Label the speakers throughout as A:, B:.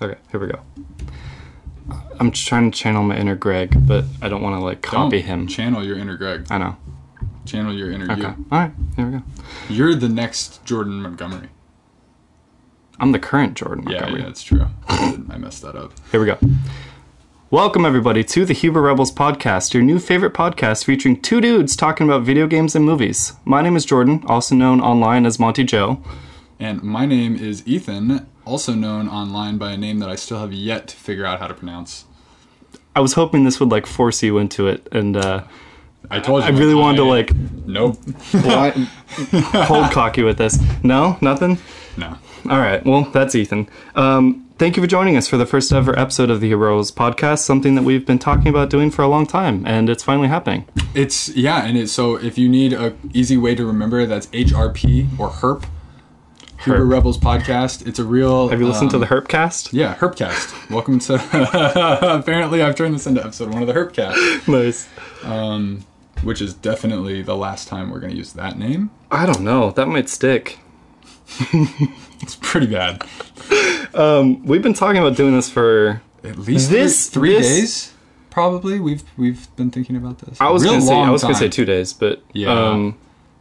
A: Okay, here we go. I'm just trying to channel my inner Greg, but I don't want to like copy
B: Don't
A: him.
B: Channel your inner Greg.
A: I know.
B: Channel your inner
A: Okay. All right, here we go.
B: you. You're the next Jordan Montgomery.
A: I'm the current Jordan
B: Yeah,
A: Montgomery.
B: yeah, that's true. I didn't- I messed that up.
A: Here we go. Welcome, everybody, to the Huber Rebels podcast, your new favorite podcast featuring two dudes talking about video games and movies. My name is Jordan, also known online as Monty Joe.
B: And my name is Ethan, also known online by a name that I still have yet to figure out how to pronounce.
A: I was hoping this would like force you into it, and uh,
B: I told you.
A: I really wanted to
B: I-
A: like
B: Nope.
A: cold cock you with this. No, nothing.
B: no.
A: All right. Well, that's Ethan. Um, thank you for joining us for the first ever episode of the Heroes podcast, something that we've been talking about doing for a long time, and it's finally happening.
B: It's yeah, and it's so if you need a easy way to remember, that's HRP or HERP. Huber
A: Herp.
B: Rebels podcast. It's a real. uh,
A: Have you listened to the
B: Um,
A: Herpcast?
B: Yeah, Herpcast. Welcome to. apparently, I've turned this into episode one of the Herpcast,
A: Nice.
B: which is definitely the last time we're going to use that name.
A: I don't know. That might stick.
B: It's pretty bad.
A: We've been talking about doing this for.
B: At least
A: This-
B: three, three
A: this-
B: days. Probably we've we've been thinking about this.
A: I was
B: Real
A: gonna say I
B: long
A: was gonna say
B: time.
A: two days, but
B: Yeah.
A: yeah, um,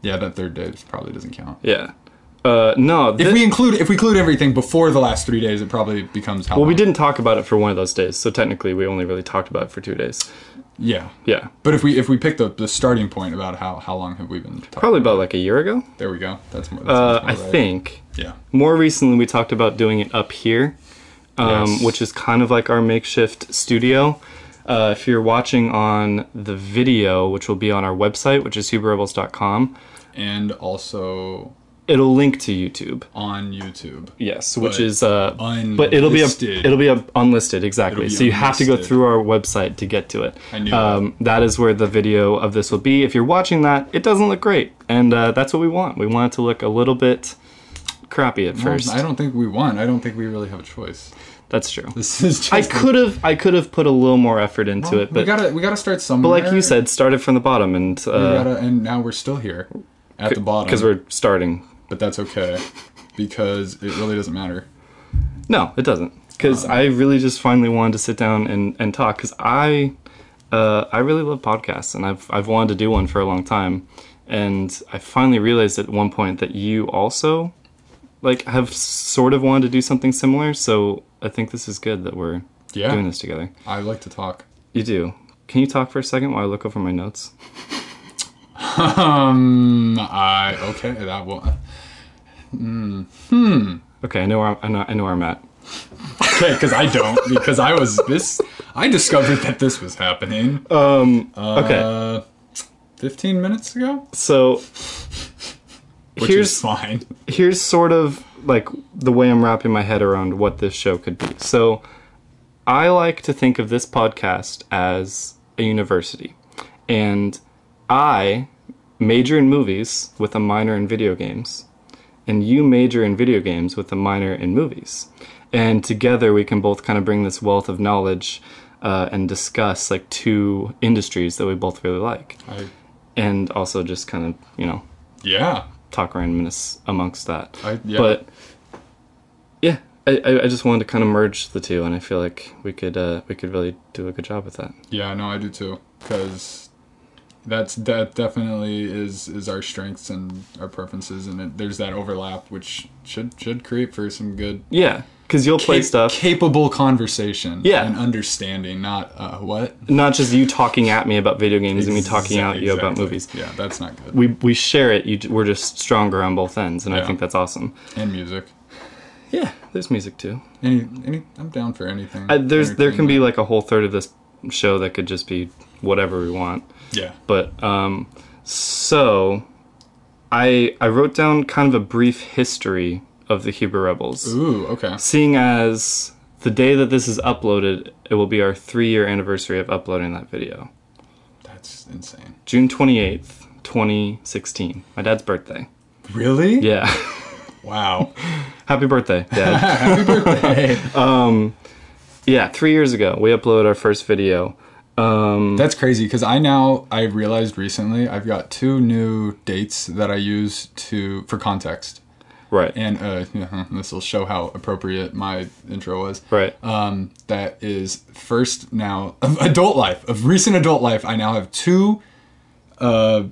B: Yeah, that third day probably doesn't count.
A: yeah. Uh, no, thi-
B: If we include if we include everything before the last three days, it probably becomes how
A: well, we
B: long?
A: didn't talk about it for one of those days, so technically we only really talked about it for two days.
B: Yeah,
A: Yeah,
B: But if we if we pick the, the starting point about how, how long have we been talking?
A: probably about like a year ago.
B: There we go. That's more. That's
A: Uh,
B: much more
A: I
B: right.
A: think.
B: Yeah.
A: More recently, we talked about doing it up here, um,
B: Yes.
A: which is kind of like our makeshift studio. Uh, if you're watching on the video, which will be on our website, which is huberrebels.com,
B: And also
A: it'll link to YouTube.
B: on YouTube.
A: Yes, which
B: But
A: is uh,
B: unlisted.
A: but it'll be a, it'll be a, unlisted exactly.
B: It'll be
A: So you have to go
B: unlisted.
A: through our website to get to it.
B: I knew
A: um, that is where the video of this will be. If you're watching that, it doesn't look great, and uh, that's what we want. We want it to look a little bit crappy at first.
B: I don't think we won. I don't think we really have a choice.
A: that's true.
B: This is just.
A: I could have I could have put a little more effort into it,
B: we
A: but
B: gotta we gotta start somewhere.
A: but like you said, started from the bottom, and
B: we
A: because
B: gotta, and now we're still here at the bottom.
A: we're starting.
B: but that's okay because it really doesn't matter.
A: No, it doesn't. Because I really just finally wanted to sit down and and talk. Because I uh, I really love podcasts, and I've I've wanted to do one for a long time, and I finally realized at one point that you also like have sort of wanted to do something similar. So I think this is good that we're
B: Yeah.
A: doing this together.
B: I like to talk.
A: You do. Can you talk for a second while I look over my notes?
B: Um. I okay. That will.
A: Okay, I know where I'm, I know, I know where I'm at.
B: Okay, because I don't. Because I was this. I discovered that this was happening.
A: Okay.
B: Uh, 15 minutes ago?
A: so
B: Which
A: here's
B: is fine.
A: here's sort of like the way I'm wrapping my head around what this show could be. So I like to think of this podcast as a university. And I major in movies with a minor in video games. And you major in video games with a minor in movies. And together we can both kind of bring this wealth of knowledge uh, and discuss like two industries that we both really like.
B: I,
A: And also just kind of, you know,
B: yeah.
A: talk around minutes amongst that.
B: I- yeah.
A: But yeah, I- I, I just wanted to kind of merge the two, and I feel like we could uh, we could really do a good job with that.
B: Yeah, no, I do too. Because that's that definitely is is our strengths and our preferences, and it, there's that overlap, which should should create for some good
A: Yeah, because you'll play
B: cap-
A: stuff,
B: capable conversation.
A: Yeah.
B: and understanding, not uh, what
A: not just you talking at me about video games and me talking at you about
B: Exactly.
A: movies.
B: Yeah, that's not good.
A: We we share it. You, j- we're just stronger on both ends, and
B: Yeah.
A: I think that's awesome.
B: and music.
A: Yeah, there's music too.
B: Any any, I'm down for anything.
A: Uh, there's there can be like a whole third of this show that could just be whatever we want.
B: yeah.
A: But um, so I I wrote down kind of a brief history of the Huber Rebels,
B: Ooh, okay.
A: seeing as the day that this is uploaded, it will be our three year anniversary of uploading that video,
B: That's insane.
A: June twenty eighth, twenty sixteen, my dad's birthday.
B: Really?
A: Yeah,
B: Wow.
A: happy birthday, Dad.
B: Happy birthday.
A: yeah, three years ago we uploaded our first video. Um,
B: That's crazy because I now I realized recently I've got two new dates that I use to for context.
A: Right.
B: and uh, this will show how appropriate my intro was.
A: Right.
B: Um, that is first now of adult life, of recent adult life. I now have two uh,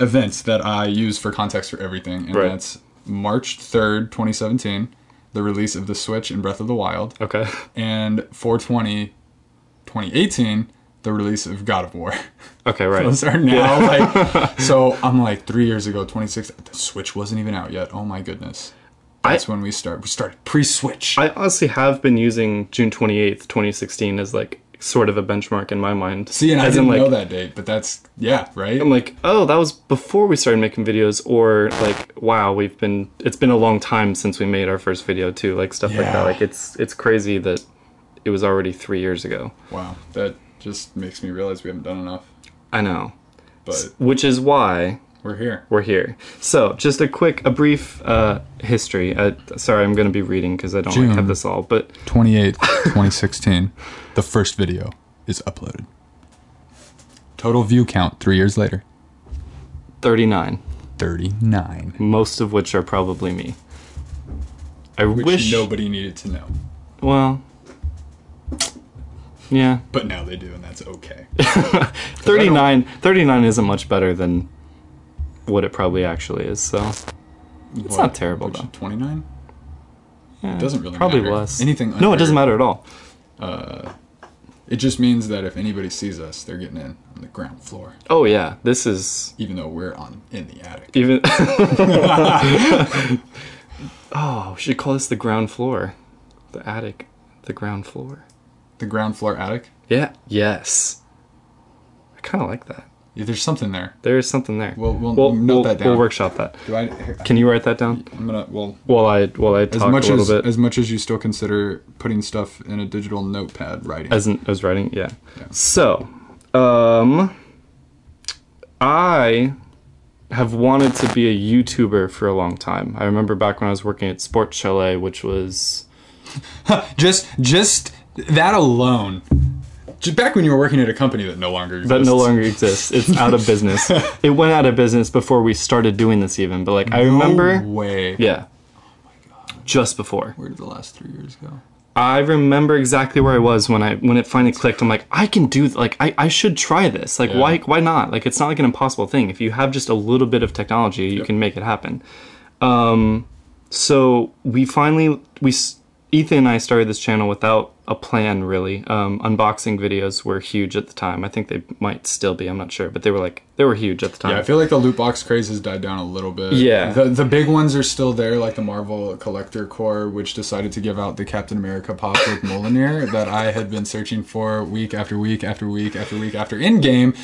B: events that I use for context for everything, and
A: Right.
B: that's March third, twenty seventeen, the release of the Switch and Breath of the Wild,
A: Okay.
B: and 420, 2018, the release of God of War.
A: Okay. Right.
B: Those are now like so. I'm like three years ago, 26. The Switch wasn't even out yet. Oh my goodness. That's when we start. We started pre-switch.
A: I honestly have been using June 28th, 2016 as like sort of a benchmark in my mind.
B: See, and I
A: as
B: didn't
A: in, like,
B: know that date, but that's yeah, right.
A: I'm like, oh, that was before we started making videos, or like, wow, we've been it's been a long time since we made our first video too, like stuff like
B: Yeah.
A: that. Like it's it's crazy that it was already three years ago.
B: Wow, that just makes me realize we haven't done enough.
A: I know,
B: But
A: which is why
B: we're here.
A: we're here. So, just a quick, a brief uh, history. Uh, sorry, I'm going to be reading because I don't like,
B: June.
A: have this all, but
B: 28th, 2016. the first video is uploaded. Total view count three years later,
A: 39,
B: 39.
A: most of which are probably me. I
B: Which
A: wish.
B: nobody needed to know,
A: Well, yeah.
B: but now they do, and that's okay.
A: 39, 39 isn't much better than what it probably actually is, so it's not terrible though.
B: 29.
A: Yeah,
B: doesn't really
A: probably
B: matter.
A: less.
B: Anything
A: No, it
B: under-
A: doesn't matter at all.
B: It just means that if anybody sees us, they're getting in on the ground floor,
A: Oh yeah, this is
B: even though we're on in the attic.
A: even Oh, we should call this the ground floor. The attic, the ground floor.
B: The ground floor attic.
A: Yeah. Yes. I kind of like that.
B: Yeah, there's something there.
A: There is something there.
B: We'll- we'll
A: we'll,
B: note
A: we'll-
B: that down.
A: we'll workshop that.
B: Do I?
A: Can you write that down
B: I'm gonna. Well,
A: while I while I
B: as
A: talk
B: much
A: a little
B: as
A: bit
B: as much as you still consider putting stuff in a digital notepad writing.
A: as in, as writing? Yeah. So, um, I have wanted to be a YouTuber for a long time. I remember back when I was working at Sports Chalet, which was
B: just just that alone. Just back when you were working at a company that no longer exists.
A: that no longer exists. It's out of business. it went out of business before we started doing this, even. But like, I remember,
B: No way.
A: yeah, just before.
B: Where did the last three years go?
A: I remember exactly where I was when I when it finally clicked. I'm like, I can do th- like I, I should try this. Like why why not? Like it's not like an impossible thing. If you have just a little bit of technology, you can make it happen. Um, so we finally we s- Ethan and I started this channel without a plan really. Um, unboxing videos were huge at the time. I think they might still be. I'm not sure, but they were like they were huge at the time.
B: Yeah, I feel like the loot box craze has died down a little bit.
A: Yeah.
B: The the big ones are still there, like the Marvel Collector Core, which decided to give out the Captain America pop with Molinear that I had been searching for week after week after week after week after in game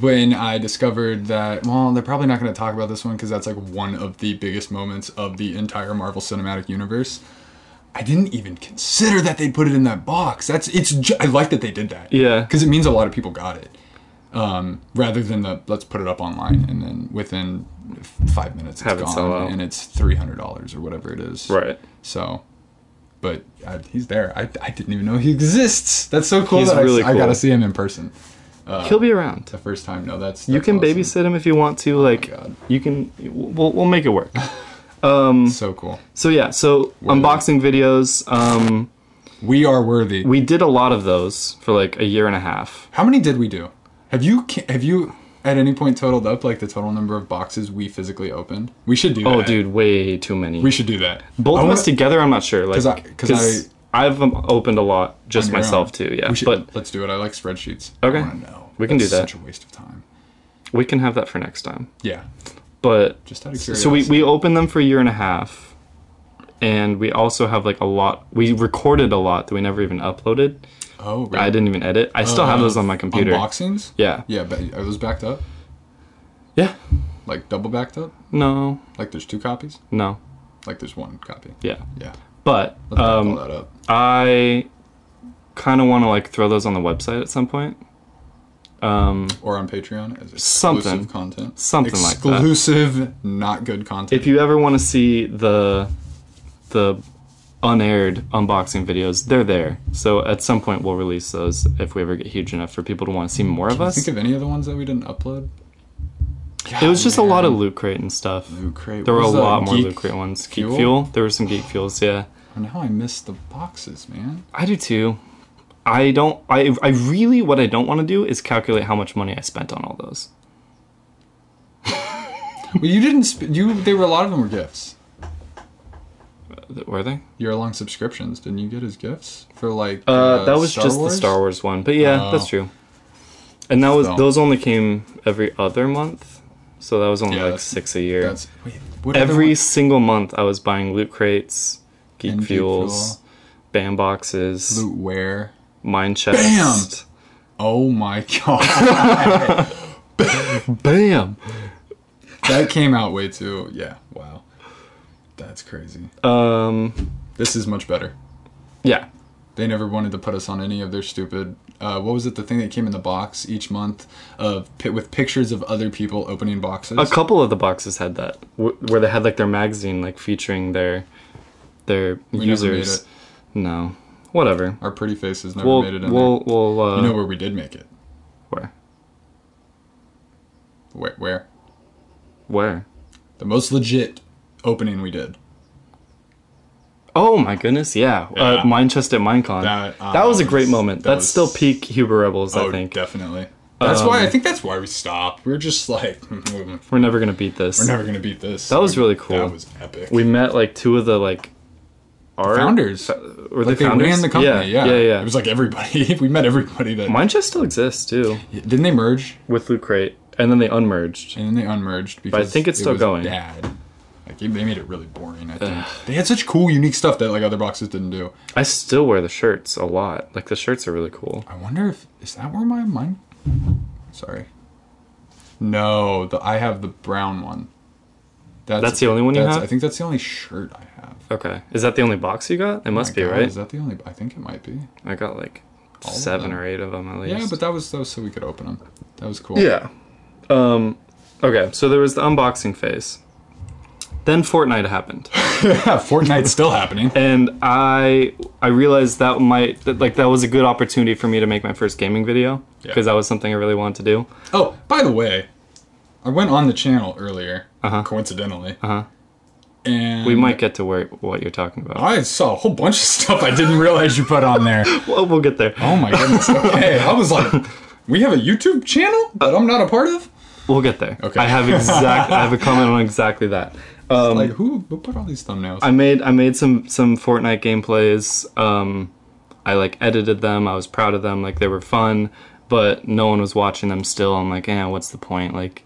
B: when I discovered that, well, they're probably not going to talk about this one because that's like one of the biggest moments of the entire Marvel Cinematic Universe. I didn't even consider that they put it in that box. That's it's. Ju- I like that they did that.
A: Yeah.
B: because it means a lot of people got it um, rather than the let's put it up online and then within f- five minutes it's
A: Have it
B: gone
A: sell out.
B: and it's three hundred dollars or whatever it is.
A: right.
B: So, but uh he's there. I, I didn't even know he exists. That's so cool.
A: He's
B: that I s-
A: really
B: I, gotta
A: cool.
B: see him in person
A: He'll be around.
B: the first time. No, that's,
A: You
B: that's
A: can
B: awesome. Oh
A: babysit him if you want to. Like
B: God.
A: you can. We'll we'll make it work.
B: So cool.
A: So yeah, so unboxing videos. Um,
B: We are worthy.
A: we did a lot of those for like a year and a half.
B: How many did we do? Have you ca- have you at any point totaled up like the total number of boxes we physically opened? We should do.
A: Oh,
B: that.
A: dude, way too many.
B: we should do that.
A: Both
B: I
A: of
B: wanna-
A: us together, I'm not sure. Like,
B: 'Cause I- 'cause
A: I, have um, opened a lot just
B: on your
A: myself
B: own.
A: too. Yeah,
B: we should,
A: but
B: let's do it. I like spreadsheets.
A: Okay.
B: I want to know.
A: We can do
B: That's
A: that.
B: Such a waste of time.
A: we can have that for next time.
B: Yeah.
A: But
B: Just out of curiosity.
A: so we we opened them for a year and a half, and we also have like a lot. We recorded a lot that we never even uploaded.
B: oh really?
A: I didn't even edit. I
B: Oh,
A: still have those on my computer.
B: Unboxings.
A: Yeah.
B: Yeah, but are those backed up?
A: Yeah.
B: Like double backed up?
A: No.
B: Like there's two copies?
A: No.
B: Like there's one copy?
A: Yeah.
B: Yeah.
A: But
B: Let's back all
A: um,
B: that up.
A: I kind of want to like throw those on the website at some point. Um,
B: Or on Patreon as exclusive
A: something.
B: content.
A: Something like that.
B: Exclusive, not good content.
A: if you ever want to see the the unaired unboxing videos, they're there. So at some point we'll release those if we ever get huge enough for people to want to see more of us.
B: Think of any of the ones that we didn't upload?
A: it was just a lot of Loot Crate and stuff.
B: Loot Crate.
A: There were
B: What
A: a
B: was that,
A: lot more
B: Geek
A: Loot Crate ones. Geek
B: Fuel?
A: Fuel? There were some Geek Fuels, yeah.
B: Oh, now I miss the boxes, man.
A: I do too. I don't. I I really what I don't want to do is calculate how much money I spent on all those.
B: Well, you didn't. Sp- you. They were a lot of them were gifts.
A: Th- Were they?
B: Year long subscriptions. Didn't you get as gifts for like?
A: Uh, that was just the Star Wars one, but yeah,
B: Oh.
A: that's true. And that was
B: So-
A: those only came every other month, so that was only
B: Yeah,
A: like
B: that's-
A: six a year.
B: That's wait, what other
A: every
B: one-
A: single month I was buying loot crates, geek
B: And Geek
A: fuels,
B: Fuel.
A: band boxes,
B: loot where?
A: mine chest.
B: Oh my god,
A: Bam! Bam!
B: that came out way too. Yeah, wow, that's crazy.
A: Um,
B: This is much better.
A: yeah.
B: They never wanted to put us on any of their stupid. Uh, what was it? The thing that came in the box each month of pi- with pictures of other people opening boxes.
A: A couple of the boxes had that, wh- where they had like their magazine, like featuring their their
B: never
A: users. No, whatever.
B: Our pretty faces never
A: We'll
B: made it in
A: we'll we'll uh,
B: there. You know where we did make it?
A: where
B: Where? Where?
A: where.
B: The most legit opening we did.
A: Oh my goodness, yeah.
B: Yeah.
A: Uh, mine chest at Minecon.
B: That, uh,
A: that was a great
B: was-
A: moment.
B: that
A: That's
B: was-
A: still peak Huber Rebels, I
B: Oh,
A: think. Um,
B: definitely. That's why I think that's why we stopped. We were just like, we're
A: We're never gonna beat this.
B: never gonna beat this.
A: That was really cool.
B: That was epic.
A: we met like two of the like our
B: founders.
A: Were
B: Like
A: they
B: they
A: founders?
B: ran the company. Yeah,
A: yeah, yeah.
B: It was like everybody. we met everybody that.
A: Mine chest still exists too
B: Didn't they merge?
A: with Loot Crate, and then they unmerged.
B: And then they unmerged because
A: think it's
B: it
A: still
B: was
A: going.
B: Bad. Like they made it really boring. I think they had such cool, unique stuff that like other boxes didn't do.
A: I still wear the shirts a lot. Like the shirts are really cool.
B: I wonder if is that where my mine. Sorry. No, the I have the brown one.
A: That's the only one you
B: that's-
A: have?
B: I think that's the only shirt I have.
A: Okay, is that the only box you got? It must
B: My
A: be
B: God,
A: right.
B: Is that the only? I think it might be.
A: I got like
B: All of
A: seven
B: them?
A: or eight of them at least.
B: Yeah, but that was that was so we could open them. That was cool.
A: Yeah. Um, okay, so there was the unboxing phase. Then Fortnite happened,
B: Fortnite's still happening.
A: and I I realized that might that, like that was a good opportunity for me to make my first gaming video
B: Yeah.
A: because that was something I really wanted to do.
B: Oh, by the way, I went on the channel earlier, coincidentally,
A: Uh-huh.
B: and
A: We might get to where what you're talking about.
B: I saw a whole bunch of stuff I didn't realize you put on there.
A: Well, we'll get there.
B: Oh my goodness. Okay, I was like, we have a YouTube channel that I'm not a part of.
A: We'll get there.
B: Okay.
A: I have exact. I have a comment on exactly that. Um,
B: Like, who, who put all these thumbnails?
A: I made I made some some Fortnite gameplays. Um, I like edited them. I was proud of them. Like they were fun, but no one was watching them. Still, I'm like, eh, what's the point? Like,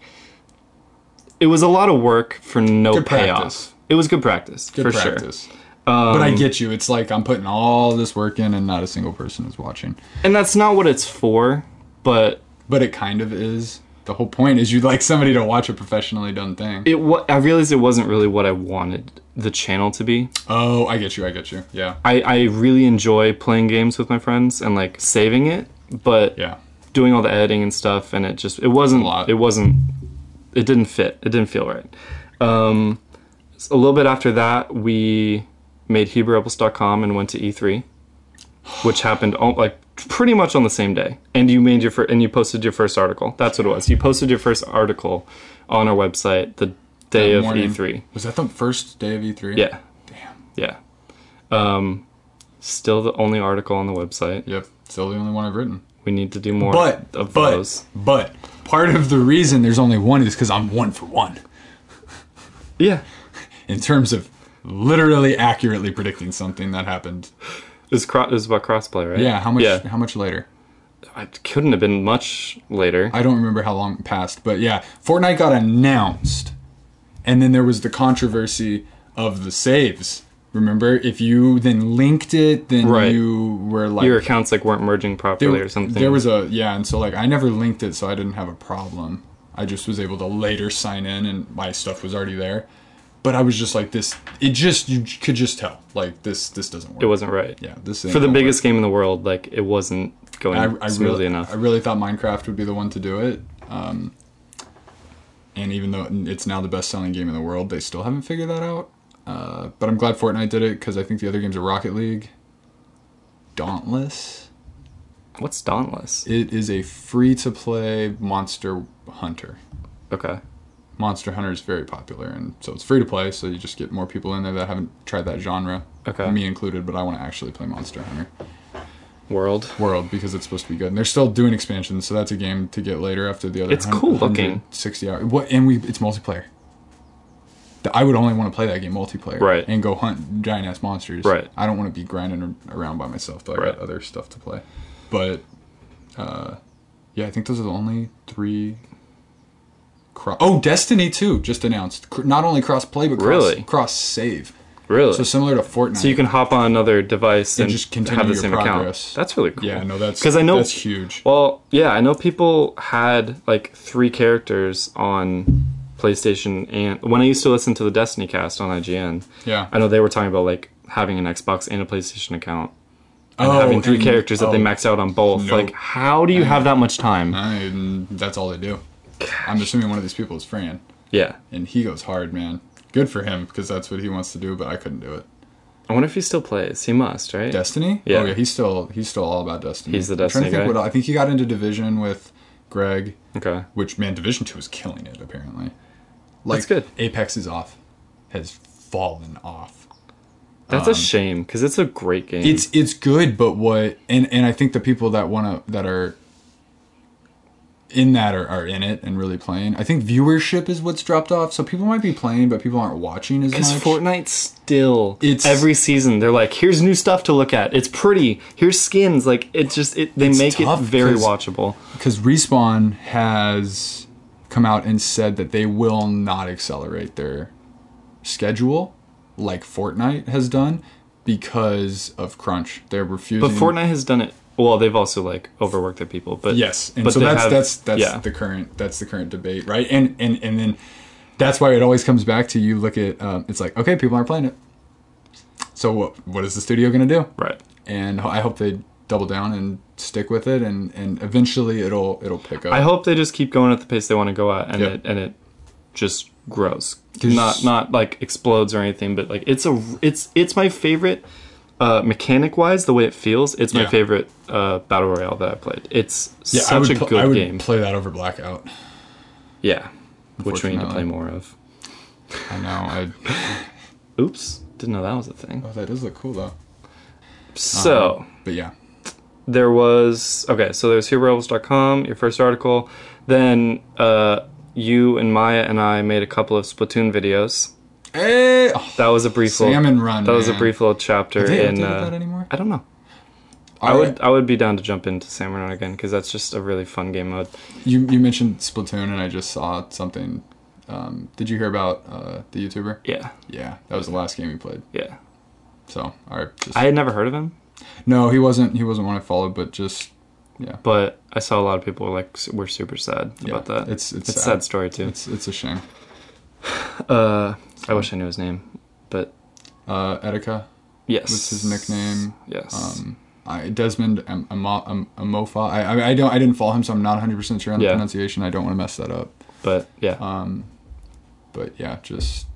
A: it was a lot of work for no
B: Good
A: payoff.
B: practice.
A: It was good practice
B: Good
A: for sure,
B: practice. but I get you. It's like I'm putting all this work in, and not a single person is watching.
A: and that's not what it's for. But
B: But it kind of is. The whole point is you'd like somebody to watch a professionally done thing.
A: it wa- I realized it wasn't really what I wanted the channel to be.
B: Oh, I get you. I get you. Yeah.
A: I I really enjoy playing games with my friends and like saving it, but
B: Yeah.
A: doing all the editing and stuff and it just it wasn't
B: A lot.
A: it wasn't it didn't fit it didn't feel right um s- a little bit after that we made hebrewrebels.com and went to e3 which happened all, like pretty much on the same day and you made your fir- and you posted your first article that's what it was you posted your first article on our website the day
B: That
A: of
B: morning.
A: e3
B: Was that the first day of E E3?
A: yeah
B: Damn.
A: yeah um still the only article on the website
B: Yep. Still the only one I've written.
A: we need to do more
B: But
A: of
B: but
A: those
B: but part of the reason there's only one is because I'm one for one
A: yeah
B: in terms of literally accurately predicting something that happened.
A: It's cro- it's about crossplay, right?
B: Yeah. How much?
A: Yeah,
B: How much later?
A: it couldn't have been much later.
B: I don't remember how long it passed, but yeah, Fortnite got announced, and then there was the controversy of the saves. Remember, if you then linked it, then
A: Right.
B: you were like
A: Your accounts like weren't merging properly or something.
B: There was a yeah, and so like I never linked it, so I didn't have a problem. I just was able to later sign in, and my stuff was already there. But I was just like this. It just you could just tell like this. This doesn't work.
A: it wasn't right.
B: yeah. This ain't
A: For the
B: gonna
A: biggest game in the world, like it wasn't going
B: work. I, I
A: smoothly
B: really
A: enough.
B: I really thought Minecraft would be the one to do it. Um, and even though it's now the best-selling game in the world, they still haven't figured that out. Uh, but I'm glad Fortnite did it because I think the other games are Rocket League, Dauntless.
A: What's Dauntless?
B: It is a free to play monster hunter.
A: Okay.
B: Monster Hunter is very popular, and so it's free to play. So you just get more people in there that haven't tried that genre,
A: Okay.
B: me included. But I want to actually play Monster Hunter
A: World.
B: World because it's supposed to be good. And they're still doing expansions, so that's a game to get later after the other.
A: It's cool looking.
B: Sixty hours. What and we it's multiplayer. Th- I would only want to play that game multiplayer,
A: Right.
B: And go hunt giant ass monsters,
A: Right.
B: I don't want to be grinding ar- around by myself. Though I
A: Right.
B: got other stuff to play, but uh, yeah, I think those are the only three. Cro- oh, Destiny Two just announced. Cr- not only cross play, but cross,
A: Really?
B: cross save.
A: Really?
B: So similar to Fortnite.
A: So you can hop on another device and,
B: just continue
A: have the
B: your
A: same
B: progress.
A: account. That's really cool.
B: yeah, no, that's
A: 'Cause I know-
B: that's huge.
A: Well, yeah, I know people had like three characters on PlayStation, and when I used to listen to the Destiny cast on IGN,
B: Yeah,
A: I know they were talking about like having an Xbox and a PlayStation account,
B: oh,
A: having three
B: and-
A: characters that they
B: oh, Uh-huh.
A: maxed out on both.
B: No.
A: Like, how do you have that much time?
B: I, that's all they do. I'm assuming one of these people is Fran,
A: Yeah,
B: and he goes hard, man. Good for him because that's what he wants to do, but I couldn't do it.
A: I wonder if he still plays. He must, right?
B: Destiny?
A: Yeah.
B: Oh yeah, he's still he's still all about Destiny.
A: He's the
B: I'm trying to
A: Destiny
B: think
A: guy.
B: What, I think he got into Division with Greg,
A: Okay.
B: which man, Division Two is killing it apparently. Like,
A: That's good.
B: Apex is off, has fallen off.
A: That's a shame because it's a great game.
B: Um, It's it's good, but what and and I think the people that want to that are in that are, are in it and really playing. I think viewership is what's dropped off. So people might be playing, but people aren't watching as
A: Because
B: much.
A: Fortnite still
B: It's-
A: every season they're like, here's new stuff to look at. It's pretty. Here's skins. Like it just it they make it
B: tough
A: very
B: 'cause-
A: watchable.
B: because respawn has come out and said that they will not accelerate their schedule like fortnite has done because of crunch they're refusing
A: But Fortnite has done it well. They've also like overworked their people. But
B: yes and
A: but
B: so
A: they
B: that's
A: have-
B: that's that's
A: yeah.
B: the current that's the current debate right and and and then that's why it always comes back to you look at um, it's like okay people aren't playing it so what what is the studio going to do
A: right.
B: and i hope they double down and stick with it and and eventually it'll it'll pick up
A: I hope they just keep going at the pace they want to go at, and
B: Yep.
A: it and it just grows.
B: 'Cause-
A: Not not like explodes or anything, but like it's a it's it's my favorite. Uh, mechanic wise, the way it feels, it's my
B: Yeah.
A: favorite uh, battle royale that I played. It's such a
B: pl-
A: good
B: I would
A: game.
B: play that over Blackout.
A: yeah, which we need to play
B: Unfortunately.
A: more of.
B: I know. I,
A: Oops, didn't know that was a thing.
B: oh, that does look cool though.
A: So
B: But yeah,
A: there was okay. So there's HeroRebels.com, your first article. Then uh, you and Maya and I made a couple of Splatoon videos.
B: hey, oh,
A: That was a brief
B: Salmon
A: little,
B: Run,
A: That was a
B: man.
A: brief little chapter
B: Have they
A: in.
B: updated
A: Uh,
B: that anymore?
A: I don't know. I
B: All
A: would
B: right.
A: I would be down to jump into Salmon Run again because that's just a really fun game mode.
B: You you mentioned Splatoon, and I just saw something. Um, did you hear about uh, the YouTuber?
A: Yeah,
B: Yeah, that was the last game he played.
A: yeah.
B: So all right, just,
A: I had never heard of him,
B: no, he wasn't. He wasn't one I followed, but just yeah,
A: but I saw a lot of people were like s- we're super sad
B: yeah,
A: about that.
B: It's
A: It's
B: it's,
A: a
B: sad.
A: sad story too.
B: It's it's a shame.
A: Uh, I wish I knew his name, but
B: Uh, Etika
A: yes,
B: was his nickname.
A: Yes.
B: Um, I, Desmond Am- Amo- Am- Amofa. I, I I don't I didn't follow him, so I'm not 100 percent sure on the
A: Yeah.
B: pronunciation. I don't want to mess that up.
A: But yeah,
B: Um, but yeah, just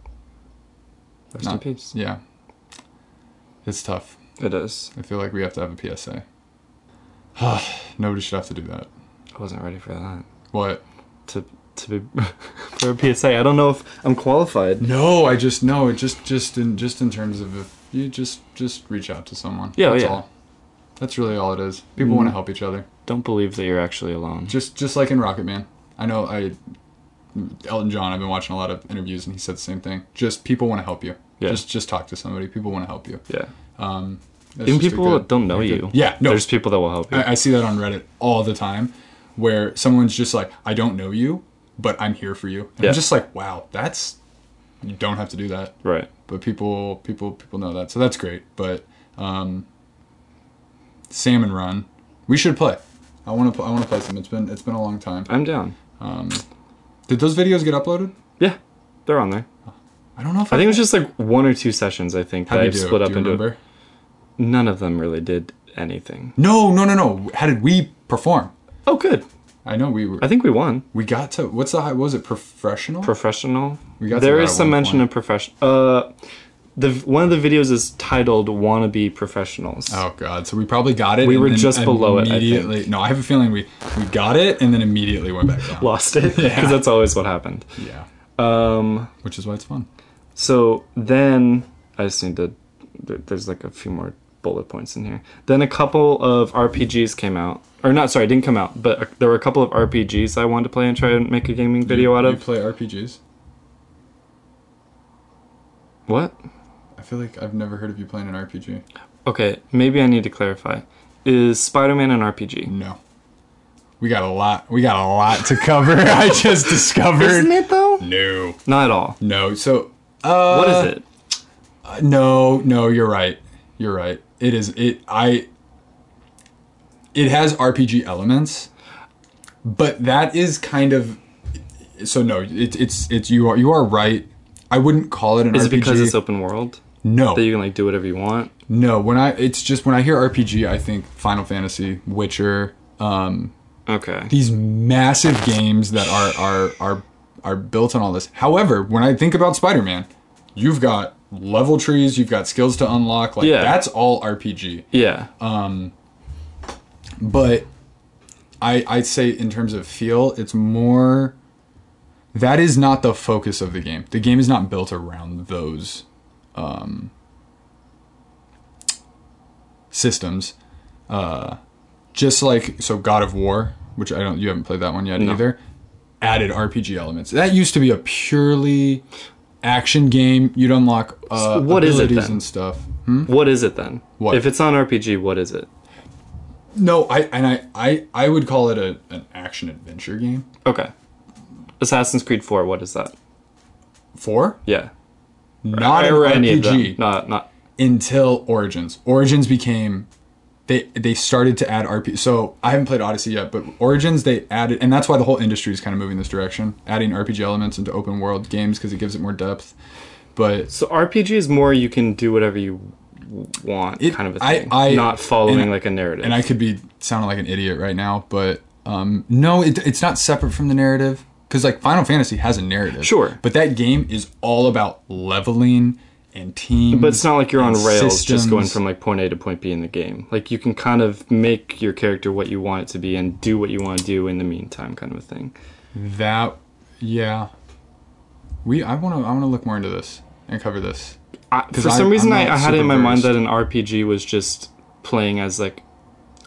A: rest in
B: not-
A: peace.
B: yeah, it's tough.
A: It is.
B: I feel like we have to have a PSA. Nobody should have to do that.
A: I wasn't ready for that.
B: What?
A: To to be for a PSA, I don't know if I'm qualified.
B: No, I just no. It just just in just in terms of if you just just reach out to someone.
A: Yeah,
B: that's
A: yeah. Mm.
B: all. That's really all it is. People want to help each other.
A: Don't believe that you're actually alone.
B: Just just like in Rocket Man. I know I Elton John. I've been watching a lot of interviews, and he said the same thing. Just people want to help you.
A: Yeah.
B: Just just talk to somebody. People want to help you.
A: Yeah.
B: Um, that's
A: Even
B: just a
A: people
B: good-
A: that don't know
B: a
A: you.
B: good- Yeah, no. Uh,
A: There's people that will help you.
B: I, I see that on Reddit all the time, where someone's just like, "I don't know you, but I'm here for you." And
A: Yeah.
B: I'm just like, "Wow, that's you don't have to do that."
A: right.
B: But people, people, people know that, so that's great. But um, Salmon Run, we should play. I want to, I want to play some. It's been, it's been a long time.
A: I'm down.
B: Did those videos get uploaded?
A: Yeah. They're on there.
B: I don't know if
A: I think it was just like one or two sessions. I think that
B: How'd
A: I
B: you do it?
A: split up
B: Do you
A: into.
B: remember?
A: None of them really did anything.
B: No, no, no, no. How did we perform?
A: Oh, good.
B: I know we were.
A: I think we won.
B: we got to what's the high? What was it professional?
A: Professional.
B: We got to
A: there
B: that
A: is
B: at
A: some
B: one
A: mention of
B: point.
A: profession. Uh, the one of the videos is titled "Wannabe Professionals."
B: Oh God! So we probably got it.
A: We
B: and
A: were
B: then
A: just below it, I think.
B: Immediately, no, I have a feeling we we got it and then immediately went back down.
A: Lost it because that's always what happened.
B: yeah,
A: Um,
B: which is why it's fun.
A: so then I just need to. there- There's like a few more bullet points in here. Then a couple of RPGs came out, or not? Sorry, didn't come out, but uh, there were a couple of RPGs I wanted to play and try and make a gaming video out
B: you
A: of.
B: play RPGs.
A: What?
B: I feel like I've never heard of you playing an RPG.
A: Okay, maybe I need to clarify. Is Spider-Man an RPG?
B: No. We got a lot. We got a lot to cover. I just discovered.
A: Isn't it though?
B: No.
A: Not at all.
B: No. So. Uh,
A: What is it?
B: Uh, no, no, you're right. You're right. It is it I it has RPG elements, but that is kind of so no, it, it's it's you are you are right. I wouldn't call it an
A: Is
B: RPG.
A: it because it's open world
B: no,
A: that you can like do whatever you want?
B: no. When I it's just when I hear RPG, I think Final Fantasy, Witcher, um,
A: Okay.
B: these massive games that are are are are built on all this. However, when I think about Spider-Man, you've got level trees, you've got skills to unlock. Like
A: Yeah.
B: that's all RPG.
A: Yeah.
B: Um? But I I'd say in terms of feel, it's more that is not the focus of the game. The game is not built around those um, systems. Uh, just like so, God of War, which I don't, you haven't played that one yet either. Added RPG elements. That used to be a purely action game. You'd unlock uh,
A: what is it
B: abilities
A: then?
B: and stuff.
A: What is it then?
B: What?
A: If it's not an RPG, what is it?
B: No, I and I I, I would call it a, an action adventure game.
A: Okay. Assassin's Creed 4, what is that?
B: Four,
A: Yeah.
B: not an
A: Or any of them.
B: RPG
A: Not not
B: until Origins. Origins became they they started to add RP. So I haven't played Odyssey yet, but Origins they added, and that's why the whole industry is kind of moving this direction, adding RPG elements into open world games because it gives it more depth. But
A: So RPG is more you can do whatever you w- want
B: It-
A: kind of a
B: I-
A: thing.
B: I-
A: not following
B: and-
A: like a narrative.
B: and I could be sounding like an idiot right now, but um, no, it, it's not separate from the narrative because like Final Fantasy has a narrative,
A: Sure.
B: but that game is all about leveling and teams.
A: But it's not like you're on
B: and
A: rails just going
B: systems.
A: from like point A to point B in the game. Like you can kind of make your character what you want it to be and do what you want to do in the meantime kind of a thing.
B: That, yeah. We I want to I want to look more into this and cover this.
A: I,
B: 'Cause
A: for some
B: I-
A: reason
B: I'm
A: I,
B: not
A: I had it in my
B: super
A: mind
B: versed.
A: that an RPG was just playing as like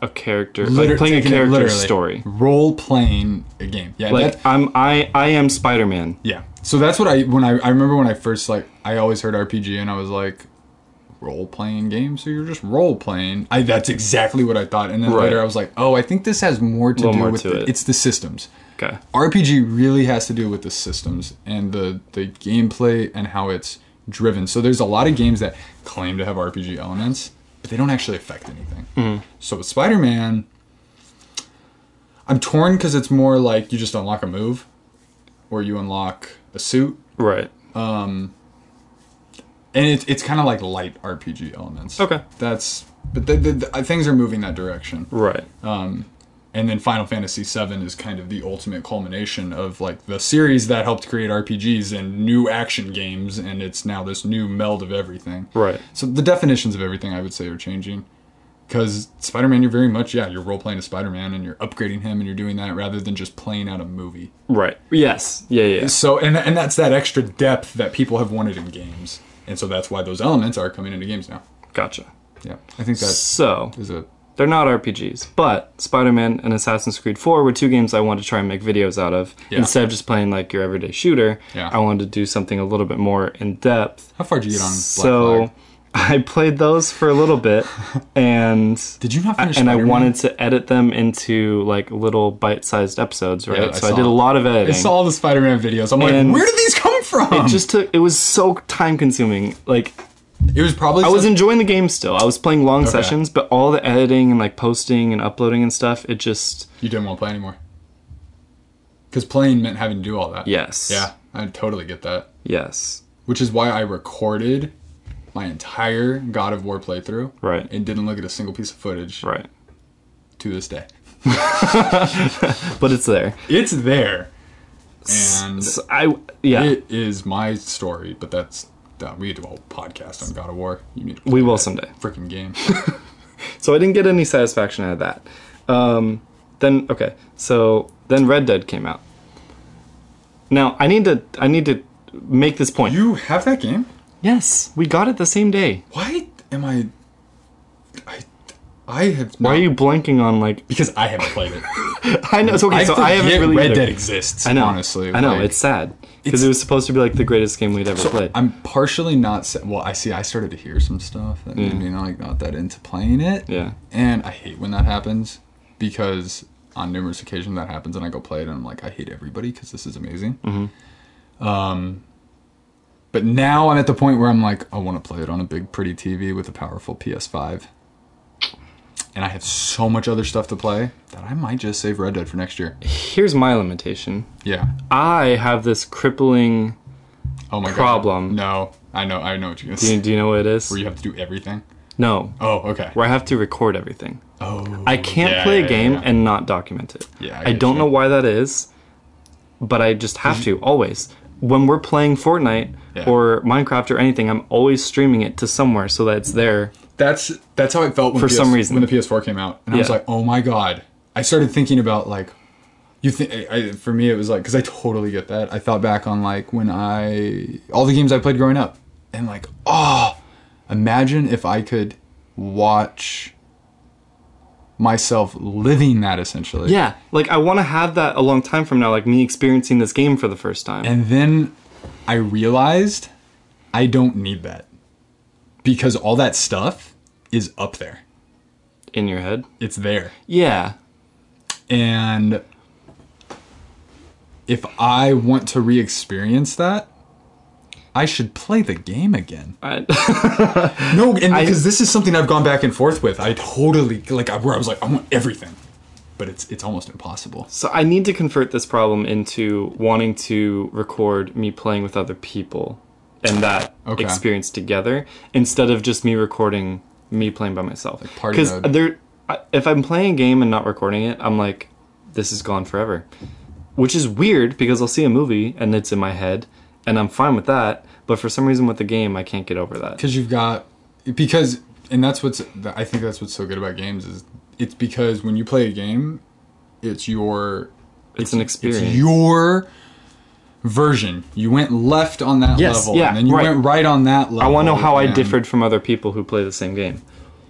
A: a character
B: Liter-
A: like playing a
B: taking it
A: character
B: literally.
A: story.
B: Role playing a game. Yeah.
A: Like
B: that-
A: I'm I I am Spider-Man.
B: yeah. So that's what I when I I remember when I first like I always heard RPG and I was like role playing game so you're just role playing I that's exactly what I thought and then
A: Right.
B: later I was like oh I think this has more to do
A: Little more
B: with
A: to
B: the,
A: it.
B: it's the systems
A: Okay.
B: RPG really has to do with the systems and the the gameplay and how it's driven. So there's a lot of games that claim to have RPG elements, but they don't actually affect anything. So with Spider-Man, I'm torn because it's more like you just unlock a move, or you unlock a suit,
A: Right.
B: and it's it's kind of like light RPG elements.
A: Okay.
B: that's but the, the, the, things are moving that direction.
A: Right.
B: and then Final Fantasy VII is kind of the ultimate culmination of like the series that helped create RPGs and new action games, and it's now this new meld of everything.
A: Right.
B: So the definitions of everything I would say are changing, because Spider-Man, you're very much yeah, you're role playing a Spider-Man and you're upgrading him and you're doing that rather than just playing out a movie.
A: Right. Yes. Yeah, yeah.
B: So and and that's that extra depth that people have wanted in games, and so that's why those elements are coming into games now.
A: Gotcha.
B: Yeah, I think that
A: So,
B: is a
A: They're not RPGs, but Spider Man and Assassin's Creed 4 were two games I wanted to try and make videos out of. Instead of just playing like your everyday shooter,
B: Yeah.
A: I wanted to do something a little bit more in depth.
B: how far did you get on Black
A: So
B: Flag?
A: I played those for a little bit and
B: Did you not finish?
A: and I
B: Spider-Man?
A: wanted to edit them into like little bite sized episodes, right?
B: I
A: so I
B: saw
A: did a
B: it.
A: lot of editing.
B: I saw all the Spider-Man videos. I'm
A: And-
B: like, where did these come from?
A: it just took it was so time consuming. Like
B: it was probably
A: I was enjoying the game still. I was playing long sessions, but all the editing and like posting and uploading and stuff, it just
B: you didn't want to play anymore because playing meant having to do all that.
A: Yes.
B: yeah, I totally get that.
A: Yes.
B: Which is why I recorded my entire God of War playthrough
A: Right.
B: and didn't look at a single piece of footage
A: Right.
B: to this day.
A: But it's there.
B: It's there, and
A: So I yeah.
B: it is my story. But that's uh, we could do a whole podcast on God of War. You need to play
A: we will someday.
B: that freaking game.
A: So I didn't get any satisfaction out of that. Um, then okay. So then Red Dead came out. Now I need to I need to make this point.
B: You have that game?
A: yes, we got it the same day.
B: Why am I? I, I have.
A: Why
B: not-
A: are you blanking on like?
B: Because I haven't played it.
A: I know. It's okay,
B: I
A: so
B: forget
A: I haven't really.
B: Red
A: either.
B: Dead exists.
A: I know.
B: Honestly,
A: I know
B: like,
A: it's sad because it was supposed to be like the greatest game we'd ever played.
B: I'm partially not. sa- Well, I see. I started to hear some stuff that made me like not that into playing it.
A: Mm. yeah.
B: And I hate when that happens because on numerous occasions that happens, and I go play it, and I'm like, I hate everybody because this is amazing. Um,
A: Mm-hmm.
B: but now I'm at the point where I'm like, I want to play it on a big, pretty TV with a powerful PS5. And I have so much other stuff to play that I might just save Red Dead for next year.
A: Here's my limitation.
B: Yeah.
A: I have this crippling.
B: Oh my
A: Problem.
B: god. No, I know. I know what you're gonna
A: Do you,
B: say.
A: do you know what it is?
B: Where you have to do everything.
A: No,
B: Oh, okay.
A: where I have to record everything.
B: Oh.
A: I can't
B: yeah,
A: play
B: yeah,
A: a game
B: yeah.
A: and not document it.
B: Yeah, I
A: I,
B: get
A: don't
B: you. Mm-hmm.
A: know why that is, but I just have to always. When we're playing Fortnite
B: Yeah.
A: or Minecraft or anything, I'm always streaming it to somewhere so that it's there.
B: That's that's how it felt when
A: For
B: PS
A: some reason.
B: when the PS4 came out, and I was
A: Yeah.
B: like, oh my god. I started thinking about like, you think I, I- for me it was like because I totally get that. I thought back on like when I all the games I played growing up, and like, oh, imagine if I could watch myself living that essentially.
A: Yeah, like I want to have that a long time from now, like me experiencing this game for the first time.
B: And then I realized I don't need that because all that stuff is up there.
A: in your head.
B: It's there.
A: Yeah.
B: And if I want to re experience that, I should play the game again.
A: I,
B: No, and because this is something I've gone back and forth with. I totally like I- where I was like, I want everything, but it's it's almost impossible.
A: so I need to convert this problem into wanting to record me playing with other people and that
B: Okay.
A: experience together instead of just me recording me playing by myself.
B: party
A: Because
B: mode.
A: there, I- if I'm playing a game and not recording it, I'm like, this is gone forever, which is weird because I'll see a movie and it's in my head and I'm fine with that. But for some reason with the game, I can't get over that.
B: because you've got because and that's what's i think that's what's so good about games is it's because when you play a game it's your
A: It's an
B: it's
A: experience.
B: your version you went left on that
A: Yes,
B: level
A: yeah,
B: and then you
A: right.
B: went right on that level
A: I want to know how I
B: and-
A: differed from other people who play the same game.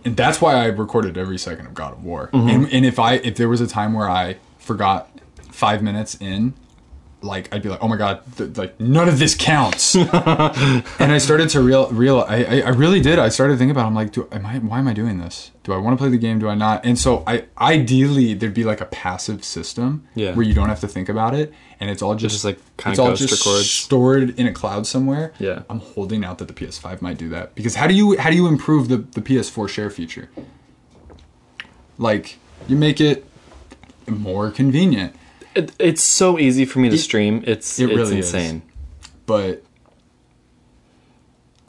B: and that's why i recorded every second of god of war
A: Mm-hmm.
B: and, and if i if there was a time where i forgot five minutes in like i'd be like oh my god th- like none of this counts and I started to real real I, I I really did. I started thinking about it. I'm like, do am I why am I doing this? Do I want to play the game? Do I not? And so I ideally there'd be like a passive system
A: Yeah.
B: where you don't have to think about it and it's all just,
A: just, like, kinda
B: it's all
A: ghost
B: just
A: records.
B: stored in a cloud somewhere.
A: Yeah.
B: I'm holding out that the PS5 might do that. Because how do you how do you improve the, the PS4 share feature? Like you make it more convenient.
A: It, it's so easy for me to stream. It's
B: it
A: it's
B: really is.
A: insane.
B: but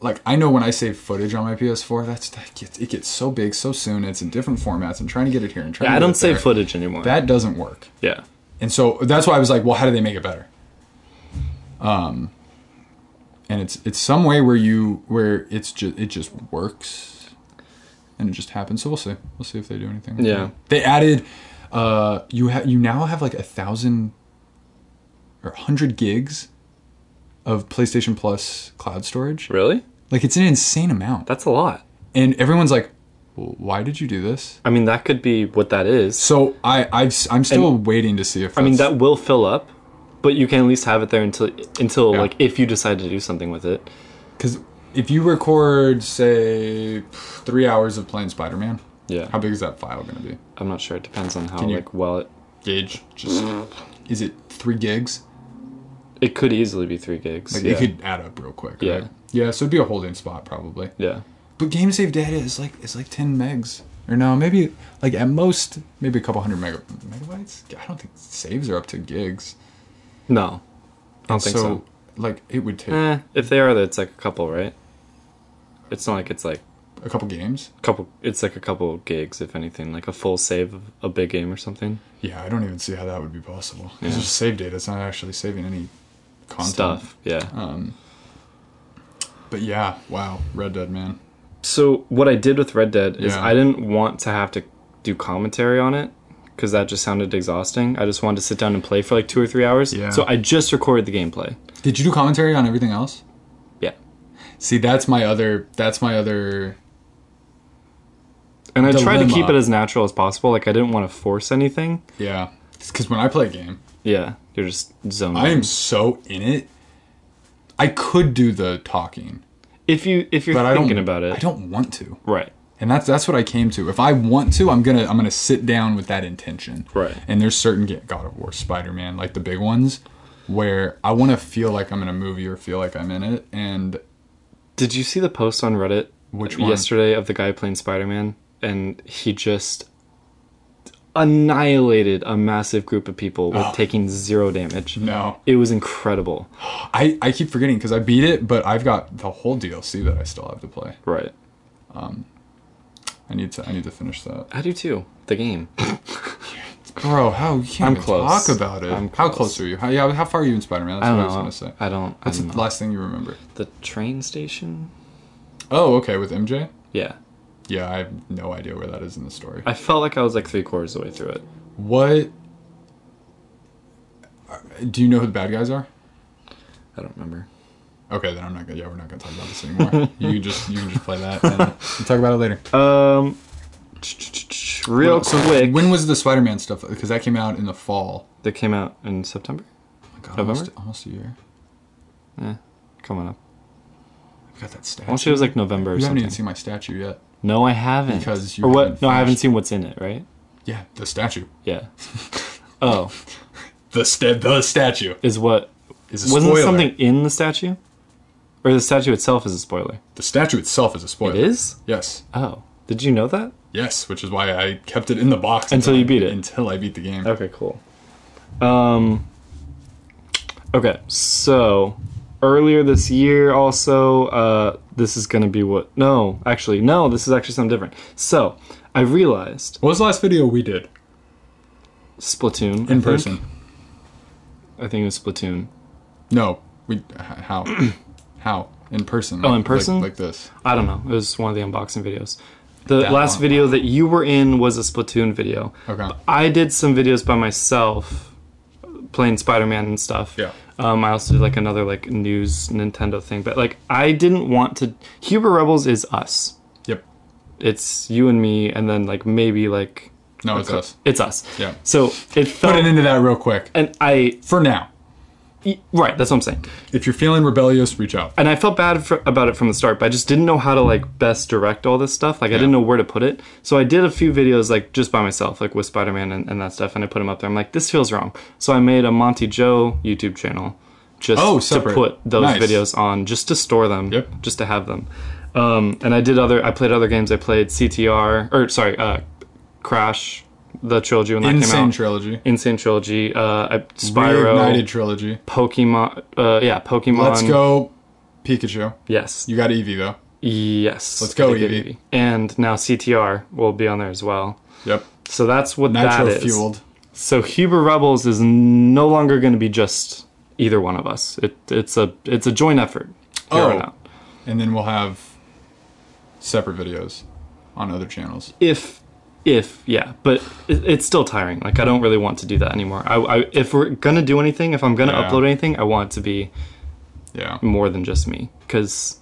B: like I know when I save footage on my PS4, that's that gets it gets so big so soon. It's in different formats. I'm trying to get it here and trying.
A: I
B: to get
A: don't
B: it
A: save
B: there.
A: footage anymore.
B: That doesn't work,
A: yeah.
B: and so that's why I was like, well, how do they make it better? Um, and it's it's some way where you where it's just it just works, and it just happens. So we'll see. We'll see if they do anything. with
A: Yeah.
B: it. they added. Uh, you have you now have like a thousand or hundred gigs of PlayStation Plus cloud storage.
A: Really?
B: Like it's an insane amount.
A: That's a lot.
B: And everyone's like, well, why did you do this?
A: I mean, that could be what that is.
B: So I I've, I'm still waiting to see if
A: I mean,
B: that's-
A: that will fill up, but you can at least have it there until until
B: Yeah.
A: like if you decide to do something with it.
B: Because if you record, say, three hours of playing Spider Man,
A: Yeah.
B: how big is that file going to be?
A: I'm not sure. It depends on how
B: you-
A: like well it.
B: Gauge? Just is it three gigs?
A: It could easily be three gigs.
B: Like
A: yeah.
B: it could add up real quick.
A: Yeah.
B: right? Yeah. So it'd be a holding spot probably.
A: yeah.
B: But game save data is like is like ten megs or no maybe like at most maybe a couple hundred mega, megabytes. I don't think saves are up to gigs.
A: No. I don't think so.
B: like it would take
A: Eh, if they are, that's like a couple, right? It's not like it's like
B: a couple games.
A: couple. It's like a couple gigs, if anything, like a full save of a big game or something.
B: Yeah, I don't even see how that would be possible. It's just save data. It's not actually saving any content.
A: Stuff. Yeah.
B: But yeah, wow, Red Dead man.
A: So what I did with Red Dead is
B: Yeah.
A: I didn't want to have to do commentary on it because that just sounded exhausting. I just wanted to sit down and play for like two or three hours.
B: Yeah.
A: So I just recorded the gameplay.
B: Did you do commentary on everything else?
A: Yeah.
B: See, that's my other. That's my other.
A: And I tried to
B: Dilemma.
A: keep it as natural as possible. Like I didn't want to force anything.
B: Yeah. Because when I play a game,
A: Yeah. You're just zoned.
B: I
A: out.
B: am so in it. I could do the talking,
A: if you if you're
B: but I
A: thinking
B: don't.
A: about
B: I
A: it,
B: don't want to.
A: right?
B: and that's that's what I came to. If I want to, I'm gonna I'm gonna sit down with that intention.
A: Right.
B: And there's certain ga- God of War, Spider Man, like the big ones, where I want to feel like I'm in a movie or feel like I'm in it. And
A: Did you see the post on Reddit
B: Which one?
A: yesterday of the guy playing Spider Man and he just annihilated a massive group of people with taking zero damage.
B: no,
A: It was incredible.
B: I I keep forgetting because I beat it, but I've got the whole DLC that I still have to play.
A: Right.
B: I need to I need to finish that.
A: I do too. The game.
B: Bro, how you can't
A: I'm
B: even
A: close.
B: talk about it?
A: I'm
B: How
A: close.
B: close are you? How yeah, how far are you in Spider Man? That's
A: I don't
B: what I was
A: know.
B: gonna say.
A: I don't. I
B: What's
A: don't
B: the
A: know.
B: last thing you remember?
A: the train station.
B: Oh, okay, with MJ.
A: Yeah.
B: Yeah, I have no idea where that is in the story.
A: I felt like I was like three quarters of the way through it.
B: What do you know who the bad guys are?
A: I don't remember.
B: Okay, then I'm not gonna. Yeah, we're not gonna talk about this anymore. you can just you can just play that and we'll talk about it later.
A: Um, real quick.
B: When was the Spider-Man stuff? Because that came out in the fall.
A: that came out in September.
B: Oh my God,
A: November?
B: almost, almost a year.
A: Coming up.
B: I've got
A: I
B: that
A: want to say
B: statue.
A: it was like November or
B: You haven't
A: something.
B: even seen my statue yet.
A: no, I haven't.
B: Because you
A: or what?
B: haven't
A: no, I haven't
B: finished-
A: seen what's in it. Right?
B: Yeah, the statue.
A: Yeah. oh,
B: The sta- the statue
A: is what?
B: is a
A: Wasn't
B: spoiler.
A: something in the statue? Or the statue itself is a spoiler.
B: The statue itself is a spoiler.
A: It is.
B: Yes,
A: Oh, did you know that?
B: yes, which is why I kept it in the box
A: Until you
B: I-
A: beat it.
B: Until I beat the game.
A: Okay, cool. Um, okay, so earlier this year, also, uh, this is going to be what? No, actually, no, this is actually something different. So I realized
B: What was the last video we did
A: Splatoon I
B: in
A: think.
B: person?
A: I think it was Splatoon.
B: No, we h- how how in person?
A: Oh, in
B: like-
A: person?
B: like, like this.
A: I don't know. It was one of the unboxing videos. The
B: That
A: last
B: one.
A: video that you were in was a Splatoon video.
B: Okay.
A: I did some videos by myself playing Spider-Man and stuff.
B: Yeah.
A: Um, I also did like another like news Nintendo thing, but like I didn't want to. Huber Rebels is us.
B: Yep.
A: It's you and me, and then like maybe like
B: No, it's us.
A: it's us.
B: Yeah.
A: So it
B: Put
A: felt
B: it into that real quick
A: and I e,
B: for now.
A: right. That's what I'm saying.
B: If you're feeling rebellious, reach out.
A: and I felt bad for, about it from the start, but I just didn't know how to like best direct all this stuff. Like I didn't know where to put it, so I did a few videos like just by myself, like with Spider Man and, and that stuff, and I put them up there. I'm like, this feels wrong, so I made a Monty Joe YouTube channel just
B: Oh,
A: to
B: separate.
A: put those
B: Nice.
A: videos on, just to store them,
B: Yep.
A: just to have them. Um, and I did other, I played other games. I played CTR or sorry, uh, Crash, the trilogy when that came
B: Insane
A: out.
B: trilogy,
A: Insane trilogy, uh, I- Spyro,
B: reignited trilogy.
A: Pokemon, uh, yeah, Pokemon.
B: Let's go, Pikachu.
A: Yes,
B: You got Eevee though.
A: Yes.
B: Let's go, E
A: I think
B: Evie.
A: Evie. And now CTR will be on there as well.
B: Yep.
A: So that's what that
B: Nitro
A: is.
B: fueled.
A: So Huber Rebels is no longer going to be just either one of us. It, it's a it's a joint effort. Hear it
B: Oh.
A: out.
B: And then we'll have separate videos on other channels.
A: If if yeah, but it, it's still tiring. Like I don't really want to do that anymore. I, I if we're gonna do anything, if I'm gonna
B: Yeah.
A: upload anything, I want it to be
B: Yeah.
A: more than just me because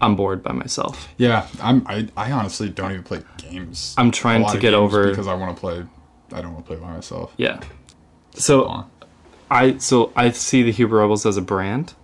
A: I'm bored by myself.
B: Yeah. I'm. I, I honestly don't even play games.
A: I'm
B: A
A: trying
B: lot
A: to
B: of
A: get
B: games
A: over.
B: because I want to play. I don't want to play by myself.
A: yeah. So
B: on.
A: I so I see the Huber Rebels as a brand.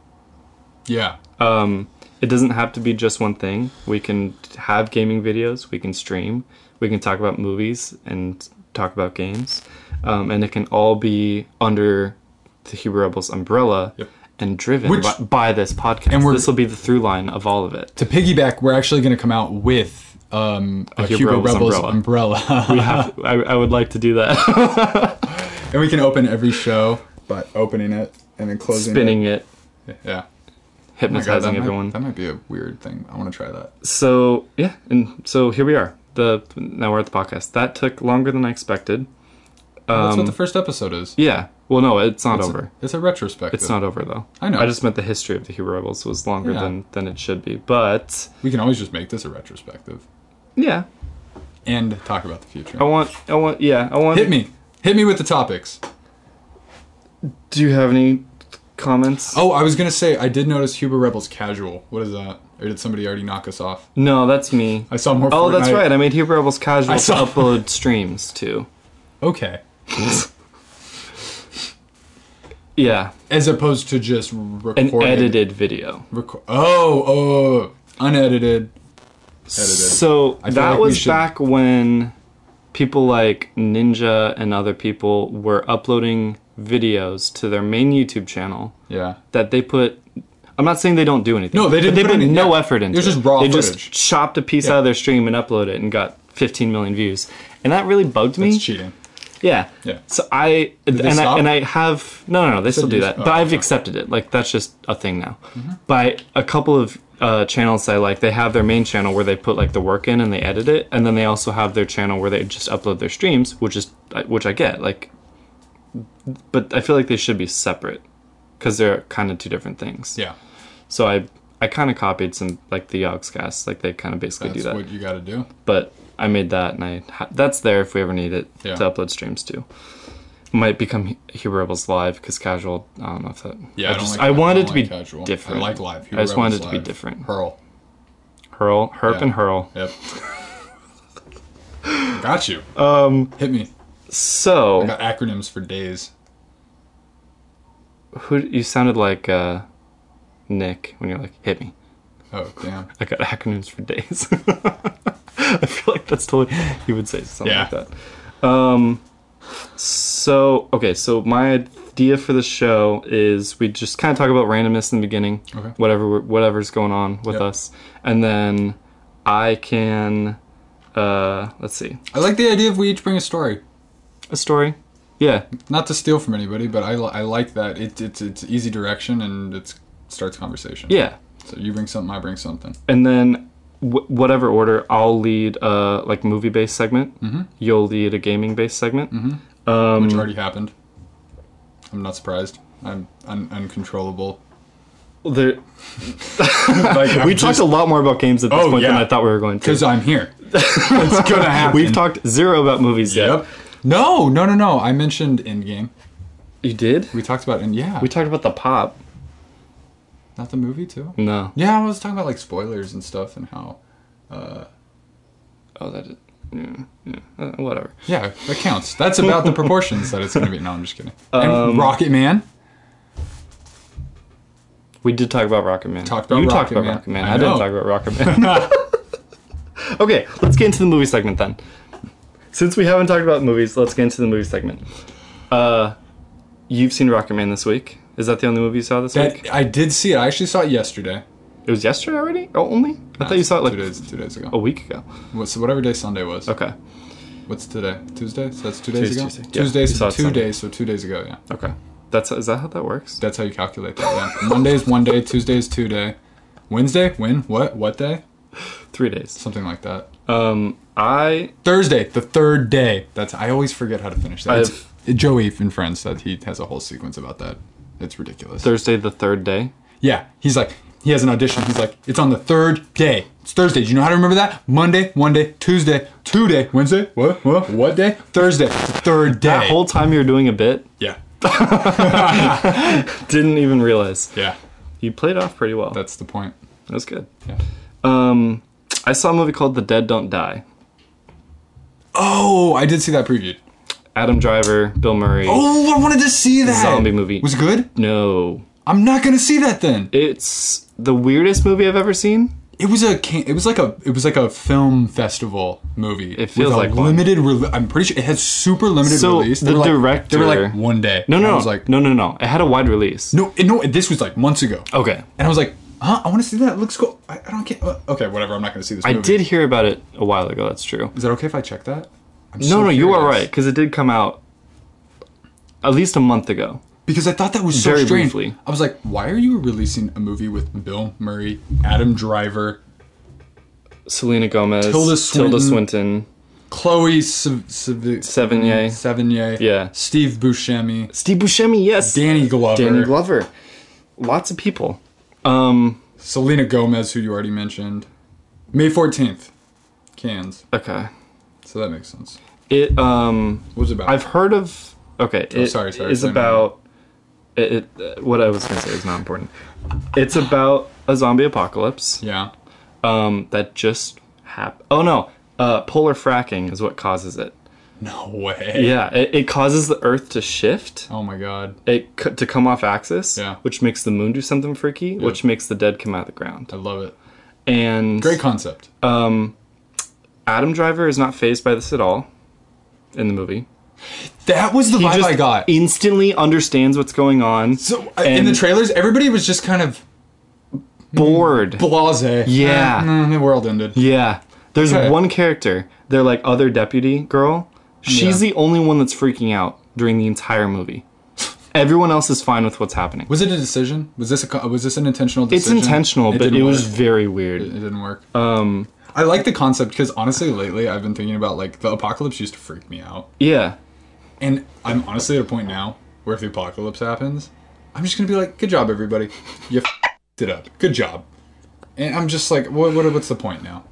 B: Yeah.
A: Um, it doesn't have to be just one thing. We can have gaming videos. We can stream. We can talk about movies and talk about games, um, and it can all be under the Huber Rebels umbrella
B: Yep.
A: and driven
B: Which-
A: by, by this podcast.
B: And we're-
A: this will be the through line of all of it.
B: to piggyback, we're actually going to come out with um, a,
A: Hugo
B: Hugo,
A: Rebels
B: Rebels umbrella,
A: I, I would like to do that,
B: and we can open every show by opening it and then closing.
A: spinning it,
B: It. Yeah. Oh my God, that
A: hypnotizing
B: might-
A: everyone.
B: that might be a weird thing. I want to try that.
A: so yeah, and so here we are. The now we're at the podcast. That took longer than I expected. Um,
B: That's what the first episode is.
A: Yeah. Well, no, it's not
B: It's
A: over.
B: A, it's a retrospective.
A: It's not over though.
B: I know.
A: I just meant the history of the Hebrew Rebels was longer
B: Yeah.
A: than than it should be. But
B: We can always just make this a retrospective
A: yeah,
B: and talk about the future.
A: Oh, I want I want yeah I want
B: Hit me. Hit me with the topics.
A: Do you have any comments?
B: Oh, I was gonna say I did notice Huber Rebels casual. What is that? Or did somebody already knock us off?
A: No, that's me.
B: I saw more.
A: Oh, that's
B: Fortnite.
A: right. I made Hebrew Rebels casual
B: I
A: to
B: saw-
A: upload streams too.
B: Okay.
A: Yeah,
B: As opposed to just recording.
A: an edited video.
B: Reco- oh, oh, unedited. Edited.
A: So
B: feel
A: that
B: like we
A: was
B: should-
A: back when people like Ninja and other people were uploading videos to their main YouTube channel
B: Yeah.
A: that they put. I'm not saying they don't do anything.
B: No, they didn't
A: but They
B: put
A: put
B: any-
A: no
B: yeah.
A: effort into
B: It was
A: it.
B: just raw
A: They just
B: footage.
A: chopped a piece out of their stream and uploaded it and got 15 million views, and that really bugged me.
B: It's cheating.
A: Yeah.
B: Yeah.
A: So I
B: they
A: and I
B: stop?
A: and I have no no no they still do
B: you-
A: that,
B: oh,
A: but I've
B: okay.
A: accepted it. Like that's just a thing now.
B: Mm-hmm.
A: By a couple of uh, channels I like, they have their main channel where they put like the work in and they edit it, and then they also have their channel where they just upload their streams, which is which I get like. But I feel like they should be separate because they're kind of two different things.
B: Yeah.
A: So I I kind of copied some like the Yogscast, like they kind of basically
B: That's
A: do that
B: what you got to do.
A: but I made that, and I ha- that's there if we ever need it
B: Yeah.
A: to upload streams to. Might become Huber Rebels live because casual. I don't know if that.
B: Yeah, I,
A: I,
B: don't
A: just
B: like
A: I
B: that.
A: wanted
B: don't
A: to be
B: like casual.
A: different.
B: I like live. Huber
A: I just wanted
B: Rebels
A: to be
B: live.
A: different.
B: Hurl.
A: Hurl, herp,
B: Yeah.
A: and hurl.
B: Yep. got you.
A: Um,
B: Hit me. I
A: so
B: got acronyms for days.
A: who you sounded like uh, Nick when you're like hit me.
B: Oh damn.
A: I got acronyms for days. I feel like that's totally you would say something like
B: Yeah.
A: that. Um, so okay, so my idea for the show is we just kind of talk about randomness in the beginning,
B: Okay.
A: whatever we're- whatever's going on with
B: Yep.
A: us, and then I can uh, let's see
B: I like the idea of we each bring a story.
A: a story. Yeah,
B: Not to steal from anybody, but I, li- I like that. It, it's it's easy direction and it starts conversation.
A: yeah,
B: So you bring something, I bring something.
A: and then w- whatever order I'll lead a like movie based segment. You'll lead a gaming based segment.
B: which
A: Um,
B: already happened. I'm not surprised. I'm un- uncontrollable.
A: There,
B: Like, I'm
A: we
B: just-
A: talked a lot more about games at this
B: Oh,
A: point than
B: yeah.
A: I thought we were going to.
B: because I'm here. it's gonna happen.
A: We've talked zero about movies yet.
B: Yep. No, no, no, no. I mentioned Endgame.
A: You did?
B: We talked about and yeah,
A: We talked about the pop.
B: not the movie too.
A: No.
B: Yeah, I was talking about like spoilers and stuff and how.
A: Oh, that. Yeah, yeah, uh, whatever.
B: Yeah, that counts. That's about the proportions that it's gonna be. No, I'm just kidding.
A: Um,
B: and Rocket Man.
A: We did talk about Rocket Man.
B: Talked about
A: you
B: Rocket
A: talked about
B: Man.
A: Rocket Man.
B: I
A: I, didn't
B: know.
A: talk about Rocket Man. okay, let's get into the movie segment then. Since we haven't talked about movies, let's get into the movie segment. Uh, you've seen Rocket Man this week. Is that the only movie you saw this week?
B: That I did see it. I actually saw it yesterday.
A: It was yesterday already? Oh, only? I thought you saw it
B: two
A: like
B: days, two days ago.
A: a week ago.
B: What- So whatever day Sunday was.
A: Okay.
B: What's today? Tuesday. So that's two days
A: Tuesday,
B: ago.
A: Tuesday. Yeah,
B: Tuesday.
A: you saw
B: so
A: it
B: two
A: Sunday.
B: days. So two days ago. Yeah.
A: Okay. That's is that how that works?
B: That's how you calculate that. Yeah. Monday is one day, Tuesday is two day, Wednesday, when, what, what day?
A: Three days.
B: Something like that.
A: Um, I
B: Thursday, the third day. That's I always forget how to finish that. It's, Joey from Friends that he has a whole sequence about that. It's ridiculous.
A: Thursday the third day.
B: yeah, he's like he has an audition. He's like it's on the third day. It's Thursday. Do you know how to remember that? Monday, one day, Tuesday, two day, Wednesday, what, what, what day? Thursday, it's the third day.
A: That whole time you were doing a bit,
B: yeah,
A: didn't even realize.
B: yeah.
A: You played off pretty well. That
B: That's the point.
A: was good.
B: Yeah.
A: Um, I saw a movie called The Dead Don't Die.
B: Oh, I did see that previewed.
A: Adam Driver, Bill Murray.
B: Oh, I wanted to see that
A: Zombie movie.
B: Was it good?
A: No,
B: I'm not gonna see that then.
A: it's the weirdest movie I've ever seen.
B: It was a ca- it was like a it was like a film festival movie. It
A: feels
B: with a
A: like one.
B: limited. Re- I'm pretty sure it has super limited
A: So,
B: release.
A: the
B: were like,
A: director-
B: They were like one day.
A: No,
B: And
A: no,
B: I
A: no,
B: was like
A: no, no, no. It had a wide release.
B: no, it- no. This was like months ago.
A: Okay,
B: And I was like, huh? I want to see that. It looks cool. I, I don't care. uh, okay, whatever. I'm not gonna see this.
A: I
B: movie.
A: did hear about it a while ago. That's true.
B: Is that okay if I check that? I'm
A: No, no, you are right because it did come out at least a month ago.
B: Because I thought that was so
A: Very
B: strange.
A: briefly.
B: I was like, why are you releasing a movie with Bill Murray, Adam Driver,
A: Selena Gomez,
B: Tilda
A: Tilda
B: Swinton.
A: Swinton.
B: Chloe Sav- Sav-
A: Sevigny.
B: Sevigny,
A: Yeah.
B: Steve Buscemi,
A: Steve Buscemi, yes.
B: Danny Glover,
A: Danny Glover. Lots of people. Um,
B: Selena Gomez, who you already mentioned. May 14th, Cannes.
A: okay.
B: So that makes sense.
A: It um
B: What's it about?
A: I've heard of. Okay, it
B: Oh, sorry, sorry,
A: is
B: sorry,
A: about. It, it, what I was gonna say is not important. It's about a zombie apocalypse
B: yeah.
A: um, that just happened. Oh no, uh, polar fracking is what causes it.
B: No way.
A: Yeah, it, it causes the Earth to shift,
B: Oh my god.
A: it c- to come off axis,
B: Yeah.
A: which makes the moon do something freaky, which makes the dead come out of the ground.
B: I love it.
A: And
B: Great concept.
A: Adam Driver is not phased by this at all in the movie.
B: that was the vibe
A: just
B: I got.
A: instantly understands what's going on.
B: So uh, in the
A: and-
B: trailers, everybody was just kind of
A: bored.
B: blasé.
A: Yeah.
B: Eh, mm, the world ended.
A: Yeah. There's
B: Okay.
A: one character, their like other deputy girl. She's the only one that's freaking out during the entire movie. Everyone else is fine with what's happening.
B: Was it a decision? Was this a co- was this an intentional
A: It's
B: decision?
A: intentional, but
B: didn't
A: it was
B: work.
A: very weird.
B: it didn't work. Um, I like the concept because honestly, lately I've been thinking about like the apocalypse used to freak me out,
A: Yeah.
B: and I'm honestly at a point now where if the apocalypse happens, I'm just gonna be like, "Good job, everybody, you f***ed it up. Good job." And I'm just like, what, what, what's the point now?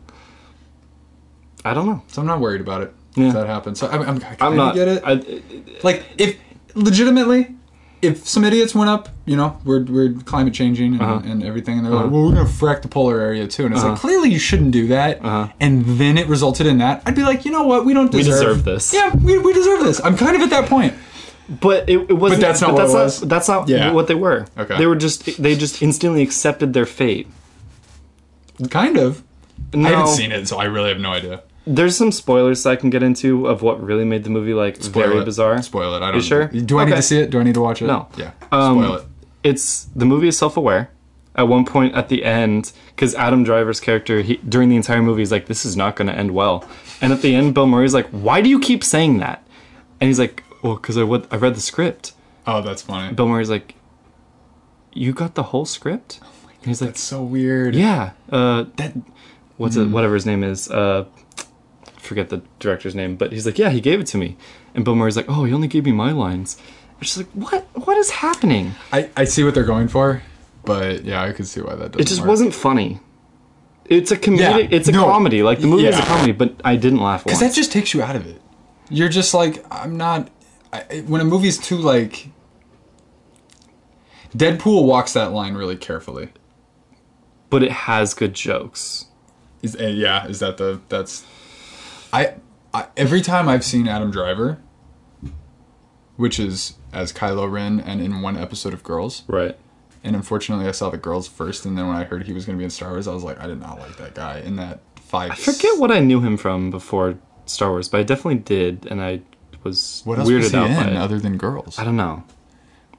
A: I don't know.
B: So I'm not worried about it
A: Yeah.
B: if that happens. So I'm, I'm, I
A: I'm
B: kinda
A: not.
B: get it.
A: I,
B: like if legitimately if some idiots went up you know we're, we're climate changing
A: Uh-huh.
B: and, and everything and they're like well we're gonna frack the polar area too and it's like clearly you shouldn't do that
A: Uh-huh.
B: and then it resulted in that i'd be like you know what we don't
A: deserve
B: deserve,
A: this.
B: yeah we, we deserve this i'm kind of at that point
A: but it, it wasn't.
B: that's not what
A: that's
B: it
A: not,
B: was?
A: That's not
B: Yeah.
A: what they were.
B: Okay.
A: They were just. They just instantly accepted their fate.
B: kind of
A: No,
B: i haven't seen it so i really have no idea
A: There's some spoilers I can get into of what really made the movie like
B: Spoil
A: very
B: it.
A: bizarre.
B: spoil it i don't
A: sure?
B: do i need
A: Okay.
B: to see it do i need to watch it
A: No.
B: yeah
A: Um,
B: spoil it
A: it's the movie is self-aware at one point at the end because adam driver's character he, during the entire movie is like this is not going to end well and at the end bill murray's like why do you keep saying that and he's like well because I, wa- I read the script
B: oh that's funny
A: bill murray's like you got the whole script and he's like
B: that's so weird
A: yeah uh,
B: that
A: what's it whatever his name is uh, forget the director's name but he's like yeah he gave it to me and bill murray's like oh he only gave me my lines and she's like what what is happening
B: I, I see what they're going for but yeah i could see why that doesn't
A: It just
B: work.
A: wasn't funny. It's a comedic.
B: Yeah,
A: it's a
B: no.
A: comedy. Like the movie is a
B: Yeah.
A: comedy, but I didn't laugh once.
B: Because that just takes you out of it. You're just like, I'm not. I- I, when a movie's too like. Deadpool walks that line really carefully.
A: but it has good jokes.
B: Is uh, yeah? Is that the that's? I, I every time I've seen Adam Driver, which is as Kylo Ren and in one episode of Girls,
A: Right.
B: and unfortunately I saw the Girls first, and then when I heard he was going to be in Star Wars, I was like, I did not like that guy in that five. I
A: Forget what I knew him from before Star Wars, but I definitely did, and I was
B: what else
A: weirded
B: was he
A: out by it.
B: in other than Girls.
A: I don't know.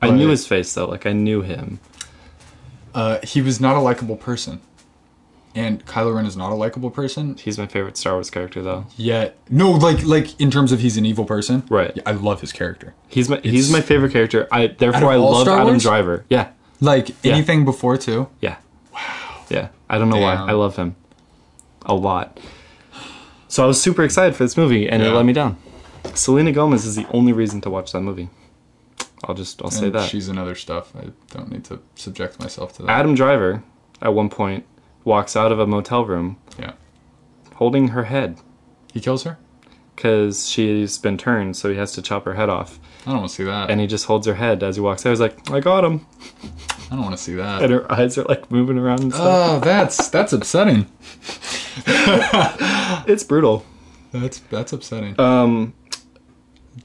A: I
B: But-
A: knew his face though. Like I knew him.
B: Uh, he was not a likable person. And Kylo Ren is not a likable person.
A: He's my favorite Star Wars character though.
B: Yet, no, like like in terms of he's an evil person.
A: Right.
B: Yeah, I love his character.
A: He's my he's my favorite character. I therefore I
B: all
A: love
B: Star
A: Adam
B: Wars?
A: Driver. Yeah.
B: Like anything before too.
A: Yeah. Wow. Yeah. I don't know
B: Damn.
A: why. I love him a lot. So I was super excited for this movie and it
B: Yeah.
A: let me down. Selena Gomez is the only reason to watch that movie. I'll just I'll say
B: and
A: that.
B: She's in other stuff. I don't need to subject myself to that.
A: Adam Driver at one point walks out of a motel room
B: yeah.
A: holding her head
B: He kills her.
A: cuz she's been turned so he has to chop her head off
B: I don't want to see that.
A: and he just holds her head as he walks out. He's like, "I got him."
B: I don't want to see
A: And
B: that.
A: her eyes are like moving around and stuff.
B: Oh, that's that's upsetting.
A: it's brutal.
B: That's that's upsetting. Um,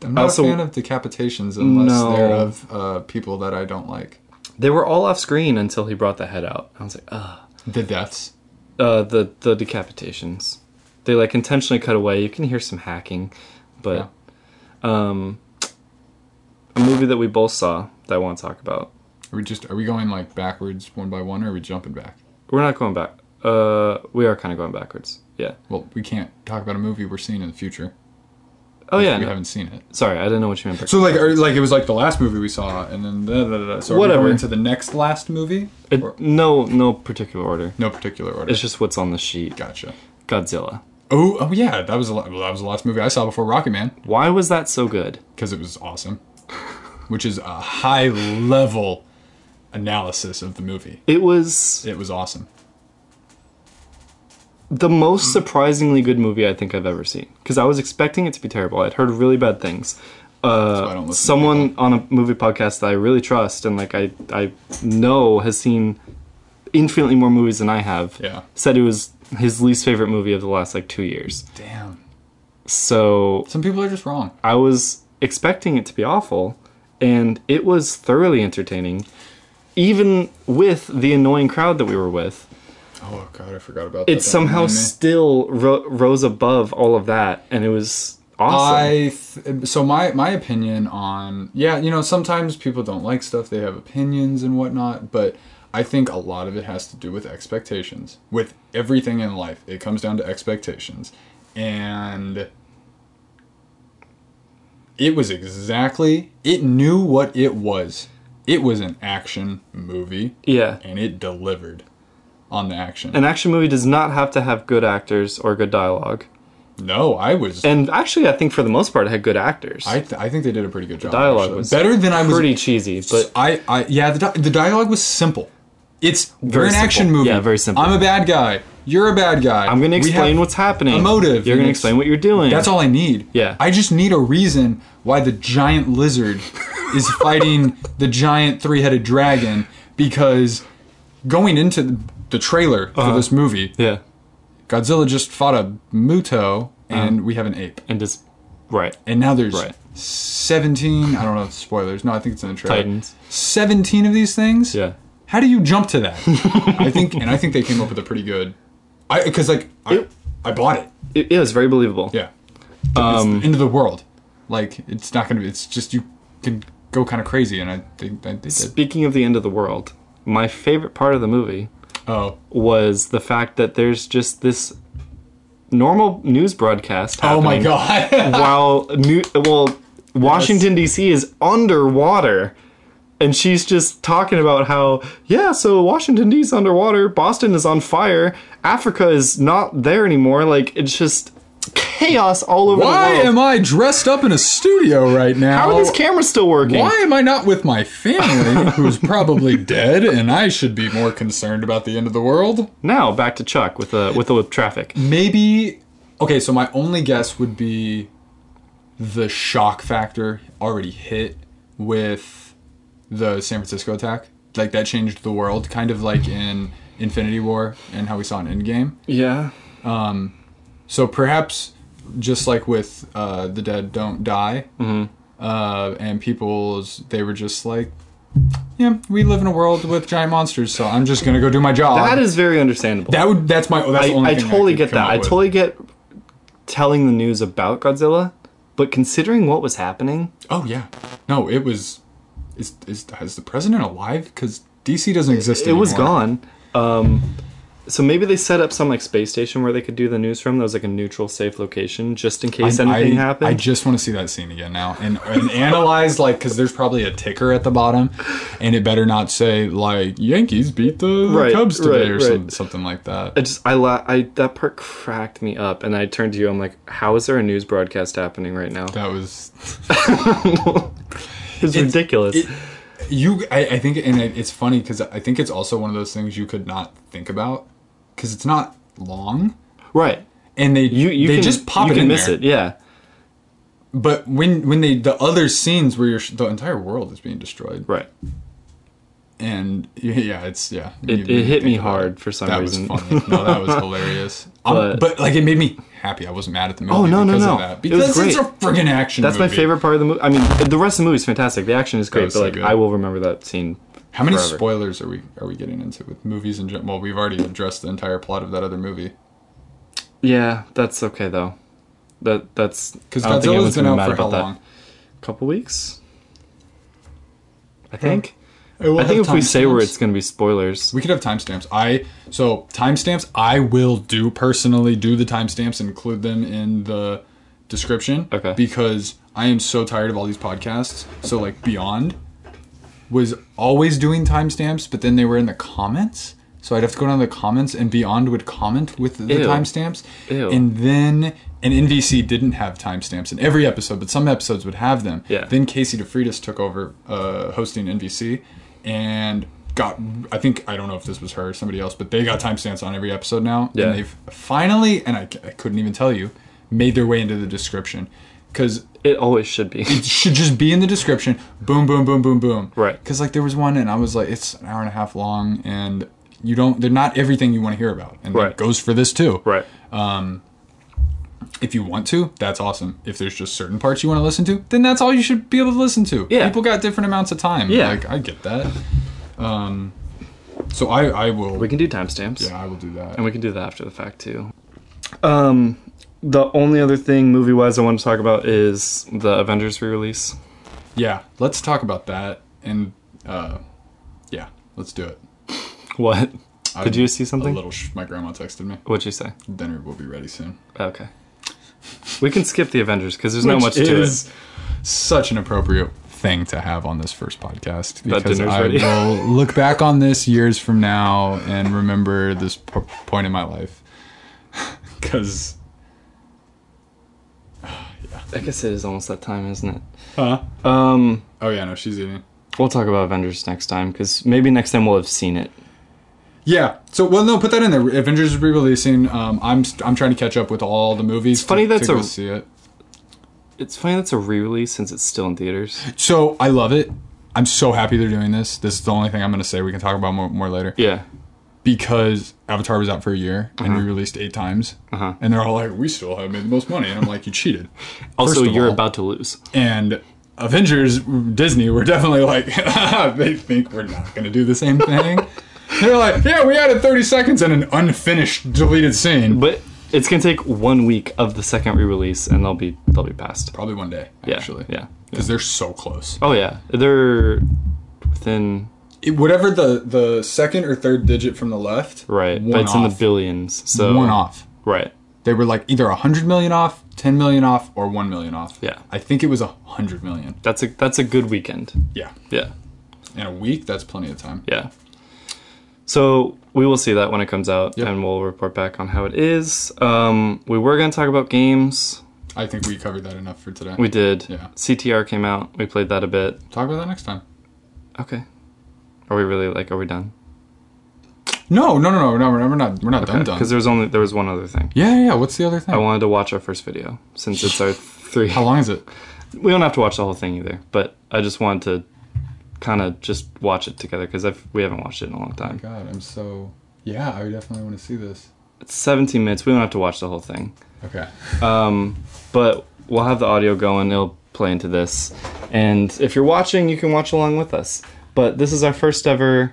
B: I'm not
A: also-
B: a fan of decapitations unless
A: No.
B: they're of uh, people that I don't like.
A: They were all off screen until he brought the head out. I was like, "Ugh."
B: The deaths.
A: Uh, the the decapitations. They like intentionally cut away. You can hear some hacking, but um, a movie that we both saw that I want to talk about.
B: Are we just are we going like backwards one by one, or are we jumping back?
A: We're not going back. Uh, we are kind of going backwards. Yeah.
B: Well, we can't talk about a movie we're seeing in the future.
A: Oh yeah.
B: we
A: no.
B: haven't seen it.
A: Sorry, I didn't know what you meant. by-
B: So like, or, like it was like the last movie we saw, and then da, da, da, da. so
A: Whatever.
B: whatever into the next last movie.
A: It-
B: Or-
A: no, no particular order.
B: no particular order.
A: It's just what's on the sheet.
B: Gotcha.
A: Godzilla.
B: Oh, oh yeah, that was a, lot- that was the last movie I saw before Rocket Man
A: Why was that so good?
B: because it was awesome, which is a high level analysis of the movie.
A: It was
B: It was awesome.
A: the most surprisingly good movie I think I've ever seen. Because I was expecting it to be terrible. I'd heard really bad things.
B: why I don't
A: Uh,
B: listen to
A: someone on a movie podcast that I really trust and like I I know has seen infinitely more movies than I have.
B: Yeah.
A: Said it was his least favorite movie of the last like two years.
B: Damn.
A: So
B: Some people are just wrong.
A: I was expecting it to be awful, and it was thoroughly entertaining, even with the annoying crowd that we were with.
B: Oh god, I forgot about that.
A: It somehow still ro- rose above all of that, and it was awesome.
B: I th- so my my opinion on yeah you know sometimes people don't like stuff they have opinions and whatnot but I think a lot of it has to do with expectations with everything in life it comes down to expectations and it was exactly it knew what it was it was an action movie
A: yeah.
B: and it delivered on the action
A: An action movie does not have to have good actors or good dialogue.
B: no I was
A: And actually, I think for the most part, it had good actors.
B: I, th- I think they did a pretty good job
A: dialogue
B: actually.
A: was
B: better than I was
A: Pretty cheesy, but
B: I, I yeah, the, di- the dialogue was simple. It's we're
A: Very
B: an action
A: simple.
B: movie.
A: Yeah, very simple.
B: I'm a bad guy. You're a bad guy.
A: I'm going to
B: We
A: explain
B: have-
A: what's happening.
B: a motive,
A: You're going
B: and
A: to
B: it's-
A: explain what you're doing.
B: That's all I need.
A: Yeah.
B: I just need a reason why the giant lizard is fighting the giant three-headed dragon because going into the, the trailer
A: Uh-huh.
B: for this movie,
A: Yeah.
B: Godzilla just fought a
A: Uh-huh.
B: Muto and we have an ape.
A: And just. Right.
B: And now there's
A: Right.
B: 17, I don't know, if spoilers. No, I think it's in the trailer.
A: Titans.
B: 17 of these things?
A: Yeah.
B: how do you jump to that? I think, and I think they came up with a pretty good, I because like I, I bought it.
A: It, it was very believable.
B: Yeah, It's the end of the world. Like it's not gonna be. It's just you can go kind of crazy, and I think I, they did.
A: Speaking of the end of the world, my favorite part of the movie
B: Oh,
A: was the fact that there's just this normal news broadcast
B: oh
A: happening.
B: my god!
A: While new, well, Washington D.C. is underwater, and she's just talking about how yeah, so Washington D.C. is underwater, Boston is on fire, Africa is not there anymore. Like it's just chaos all over
B: Why
A: the world.
B: am I dressed up in a studio right now?
A: how are these cameras still working?
B: Why am I not with my family, who's probably dead, and I should be more concerned about the end of the world?
A: Now back to Chuck with the with the traffic.
B: Maybe. Okay, so my only guess would be the shock factor already hit with the San Francisco attack. Like that changed the world, kind of like in Infinity War and how we saw an Endgame.
A: Yeah.
B: So perhaps just like with uh, the dead don't die,
A: Mm-hmm.
B: uh, and people's they were just like, yeah, we live in a world with giant monsters, so I'm just gonna go do my job.
A: That is very understandable.
B: that would that's my that's the only
A: I, I
B: thing
A: totally
B: could
A: get
B: come
A: that.
B: up
A: I
B: with.
A: totally get telling the news about Godzilla, but considering what was happening,
B: Oh yeah, no, it was. Is is, is the president alive? Because DC doesn't exist
A: it
B: anymore.
A: was gone. Um, so maybe they set up some like space station where they could do the news from. That was like a neutral, safe location, just in case anything
B: I,
A: happened.
B: I just want to see that scene again now and, and analyze like because there's probably a ticker at the bottom, and it better not say like Yankees beat the, the
A: Right,
B: Cubs
A: right,
B: today or
A: right.
B: something, something like that.
A: I just I, la- I that part cracked me up, and I turned to you. I'm like, how is there a news broadcast happening right now?
B: That was
A: It's, ridiculous.
B: it- you. I, I think, and it, it's funny because I think it's also one of those things you could not think about because it's not long,
A: right.
B: and they
A: You you
B: they
A: can
B: just pop
A: you
B: it
A: can
B: in
A: miss
B: there.
A: it. Yeah.
B: But when when they the other scenes where your the entire world is being destroyed,
A: Right.
B: and y- yeah, it's yeah. You-
A: It,
B: you
A: it hit me
B: think about
A: hard
B: it.
A: for some
B: That was
A: reason.
B: funny. No, that was hilarious. Um,
A: But-
B: but, like, it made me happy. I wasn't mad at the movie.
A: Oh, no, no,
B: because
A: no.
B: Of that.
A: It was
B: Because it's a
A: great.
B: friggin' action.
A: That's my
B: movie.
A: favorite part of the movie. I mean, the rest of the movie is fantastic. The action is great, but
B: was so
A: like,
B: good.
A: I will remember that scene.
B: How many
A: forever.
B: spoilers are we are we getting into with movies and well, we've already addressed the entire plot of that other movie
A: Yeah, that's okay though. That that's
B: because
A: I don't think
B: Godzilla's
A: anyone's
B: been
A: gonna be
B: out
A: mad
B: for how
A: about
B: long?
A: that. Couple weeks, I think.
B: will
A: I think if
B: have
A: we say where
B: timestamps.
A: it's gonna be spoilers,
B: We could have timestamps. I so timestamps. I will do personally do the timestamps and include them in the description.
A: Okay.
B: Because I am so tired of all these podcasts. So like Beyond was always doing timestamps, but then they were in the comments. So I'd have to go down to the comments, and Beyond would comment with the
A: Ew.
B: timestamps,
A: Ew.
B: and then and NVC didn't have timestamps in every episode, but some episodes would have them.
A: Yeah.
B: Then Casey DeFritis took over uh, hosting NBC, and got I think I don't know if this was her or somebody else, but they got timestamps on every episode now.
A: Yeah.
B: And they've finally, and I, c- I couldn't even tell you, made their way into the description because
A: It always should be.
B: it should just be in the description. Boom, boom, boom, boom, boom.
A: Right.
B: Because like there was one, and I was like, it's an hour and a half long, and you don't. They're not everything you want to hear about, and
A: Right.
B: that goes for this too.
A: right.
B: If you want to, that's awesome. If there's just certain parts you want to listen to, then that's all you should be able to listen to.
A: Yeah.
B: People got different amounts of time.
A: Yeah.
B: Like I get that. Um. So I I will.
A: We can do timestamps.
B: yeah, I will do that.
A: And we can do that after the fact too. Um, the only other thing movie wise I want to talk about is the Avengers re release.
B: Yeah, let's talk about that. And uh, yeah, let's do it.
A: What? Did you see
B: A
A: something?
B: little. Sh- my grandma texted me.
A: What'd you say?
B: Dinner will be ready soon.
A: Oh, Okay. We can skip the Avengers because there's not
B: Which
A: much to it.
B: is Such an appropriate thing to have on this first podcast
A: That
B: because
A: dinner's
B: I
A: ready.
B: will look back on this years from now and remember this p- point in my life. Because
A: I guess it is almost that time, isn't it?
B: huh?
A: Um,
B: Oh yeah, no, she's eating.
A: we'll talk about Avengers next time because maybe next time we'll have seen it.
B: Yeah. So well, no, put that in there. Avengers is re-releasing. Um, I'm st- I'm trying to catch up with all the movies.
A: funny
B: to,
A: that's
B: to
A: a-
B: go see it.
A: It's funny that's a re-release since it's still in theaters.
B: So I love it. I'm so happy they're doing this. This is the only thing I'm going to say. We can talk about more, more later.
A: Yeah.
B: Because Avatar was out for a year and
A: Mm-hmm.
B: we released eight times, and they're all like, "We still haven't made the most money," and I'm like, "You cheated."
A: Also,
B: First of
A: you're
B: all.
A: about to lose.
B: And Avengers, Disney, were definitely like, they think we're not going to do the same thing. they're like, "Yeah, we added 30 seconds and an unfinished deleted scene."
A: But it's gonna take one week of the second re-release, and they'll be they'll be passed.
B: Probably one day,
A: Yeah,
B: actually.
A: yeah.
B: Because they're so close.
A: Oh yeah, they're within
B: It- whatever the the second or third digit from the left,
A: right,
B: One
A: but it's in the
B: off.
A: billions. So
B: one off.
A: right,
B: they were like either 100 million off 10 million off or 1 million off
A: Yeah.
B: i think it was 100 million
A: that's a that's a good weekend.
B: yeah
A: Yeah,
B: in a week that's plenty of time
A: yeah. So we will see that when it comes out,
B: Yep.
A: and we'll report back on how it is. Um, we were gonna talk about games.
B: i think we covered that enough for today
A: We did.
B: Yeah.
A: CTR came out. We played that a bit.
B: talk about that next time
A: Okay. Are we really like? Are we done?
B: no no no no no we're not we're not, we're not done done
A: Because there was only there was one other thing.
B: yeah yeah yeah, what's the other thing
A: I wanted to watch our first video since it's our three.
B: how long is it
A: we don't have to watch the whole thing either, but I just wanted to kind of just watch it together because we haven't watched it in a long time.
B: god i'm so yeah i definitely want to see this
A: It's 17 minutes. We don't have to watch the whole thing, Um,
B: okay
A: but we'll have the audio going. It'll play into this, and if you're watching, you can watch along with us. But this is our first ever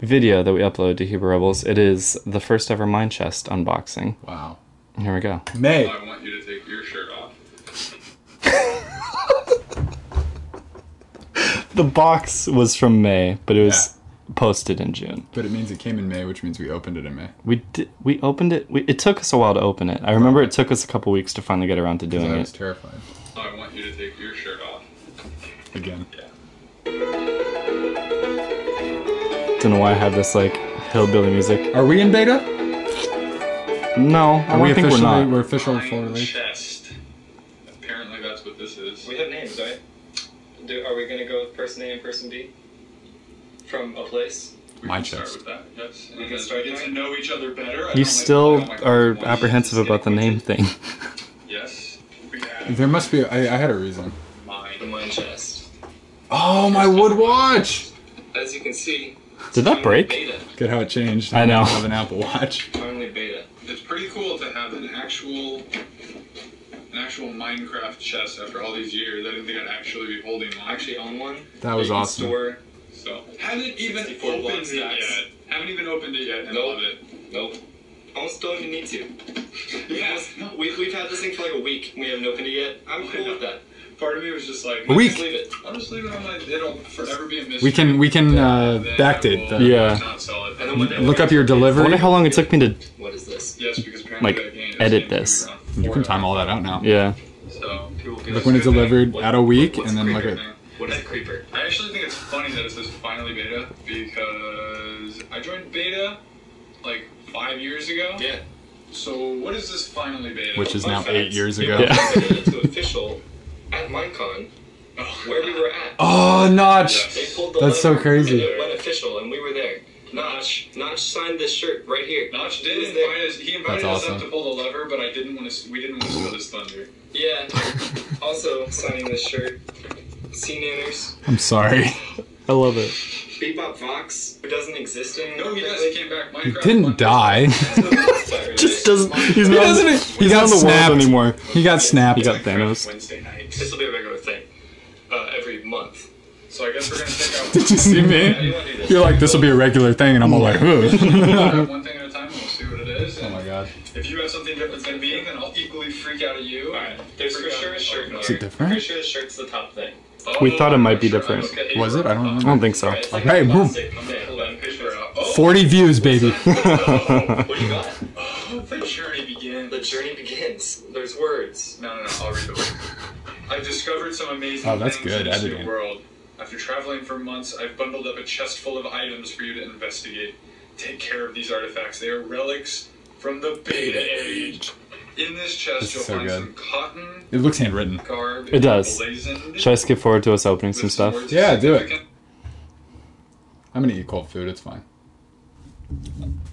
A: video that we upload to Hebrew Rebels. It is the first ever Mind Chest unboxing.
B: wow
A: Here we go.
B: may
C: I want you to take your shirt off.
A: The box was from May, but it was posted in June.
B: but it means it came in may which means we opened it in may
A: We did, we opened it. We, it took us a while to open it. I remember it took us a couple weeks to finally get around to doing
B: i was
A: it.
B: terrified
C: I want you to take your shirt off.
B: again
A: Don't know why I have this like hillbilly music.
B: are we in beta
A: No, I
B: are we
A: don't think
B: officially
A: we're not.
B: we're official full release
C: Chest. Apparently that's what this is.
D: We have names, right? Do, are we gonna go with person A and person B? From a place?
C: We
B: My
C: can start
B: chest.
C: with that. Yes. We
D: can start
C: get
D: there.
C: to know each other better. I
A: You
C: don't
A: still
C: like,
A: are apprehensive about the name thing.
C: Yes. We have
B: there must be I, I had a reason
C: mine.
D: The mine chest.
B: Oh, my wood watch!
D: As you can see,
A: Did that
D: I'm
A: break?
D: Beta.
B: Good how it changed.
A: I know.
B: Of an Apple Watch.
D: I'm Only beta.
C: It's pretty cool to have an actual an actual Minecraft chest after all these years. I didn't think I'd actually be holding one.
D: I actually own one.
B: That was
D: you can
B: awesome.
D: Store.
C: so haven't even
D: 64
C: opened
D: blocks
C: it yet.
D: stacks.
C: Haven't even opened it yet and I
D: Nope.
C: love it.
D: Nope. Don't store if you need to.
C: Yeah.
D: We've, we've had this thing for like a week. We haven't opened it yet. I'm cool with that.
C: Part of me was just like,
B: We-
D: Just leave it.
C: I'll just leave it on my. It'll forever be a mystery.
B: We can we can uh,
C: Then
B: backdate
C: I
B: the
C: will
A: Yeah.
C: Not sell it.
D: And then when they-
B: Look up your
A: I wonder
B: delivery.
A: how long it took me to.
D: What is this?
C: Yes, because apparently
A: Like,
C: that game is
A: edit
C: gonna be
A: this.
C: around
B: You can
C: forever.
B: time all that out now.
A: Yeah,
C: So people can
B: Look when it's delivered at a week, and then look
C: Creeper
B: at
C: thing.
D: What is a creeper?
C: I actually think it's funny that it says finally beta because I joined beta like five years ago.
D: Yeah.
C: So what is this finally beta?
B: which is
C: Fun
B: now
C: fact.
B: eight years
D: It
B: ago.
A: Yeah.
D: was made into official at Minecon where we were at.
B: Oh, Notch.
D: They pulled the
B: That's so
D: lever,
B: crazy.
D: And it went official, and we were there. Notch, Notch signed this shirt right here.
C: Notch
D: He
C: did
D: was there.
C: invite us. He invited
B: That's
C: us up
B: awesome.
C: to pull the lever, but I didn't want to. We didn't want to steal his thunder.
D: Yeah. also signing this shirt. C Nanners.
B: I'm sorry.
A: I love it.
D: Bebop Vox, who doesn't exist anymore.
C: No, he does. He came back.
B: He
C: Minecraft
B: didn't die.
A: Just doesn't. He's
B: He
A: not.
B: doesn't.
A: He's
B: He
A: not
B: got
A: in the
B: snapped.
A: world anymore.
B: He got snapped.
A: He got Thanos.
C: Wednesday night.
D: This will be a regular thing. Uh, every month.
C: So I guess we're gonna
B: Did
C: take
B: you see
D: You
B: me?
D: want to do this?
B: You're like, this will be a regular thing, and I'm all like, Ugh.
C: out one thing at a time, and we'll see what it is.
B: oh
C: And
B: my god.
C: If you have something different than me, then I'll equally freak out at you.
D: Alright, there's for sure a shirt.
C: Is
B: Is
D: here.
B: it
D: For
B: different?
D: sure the shirt's the top thing. Oh,
A: We thought it might be different.
D: Okay.
B: Was it? I don't
A: I
B: remember.
A: don't think so.
D: Alright, it's like
B: Hey,
D: a
B: boom.
D: plastic thing. Hold on, picture it out.
B: 40 views, baby.
D: Oh, what do you got?
C: Oh, The journey begins.
D: The journey begins. There's words.
C: No, no, no. I'll read the word. I've discovered some amazing
B: Oh, that's
C: things
B: good
C: in this
B: editing.
C: new world. After traveling for months, I've bundled up a chest full of items for you to investigate. Take care of these artifacts. They are relics from the Beta Age. In this chest,
B: This
C: you'll
B: is so
C: find
B: good.
C: some cotton
B: It looks handwritten.
C: garb.
A: It does.
C: emblazoned
A: Should I skip forward to us opening
C: with
A: some stuff?
C: swords
B: Yeah, do it.
C: significant-
B: I'm gonna eat cold food. It's fine.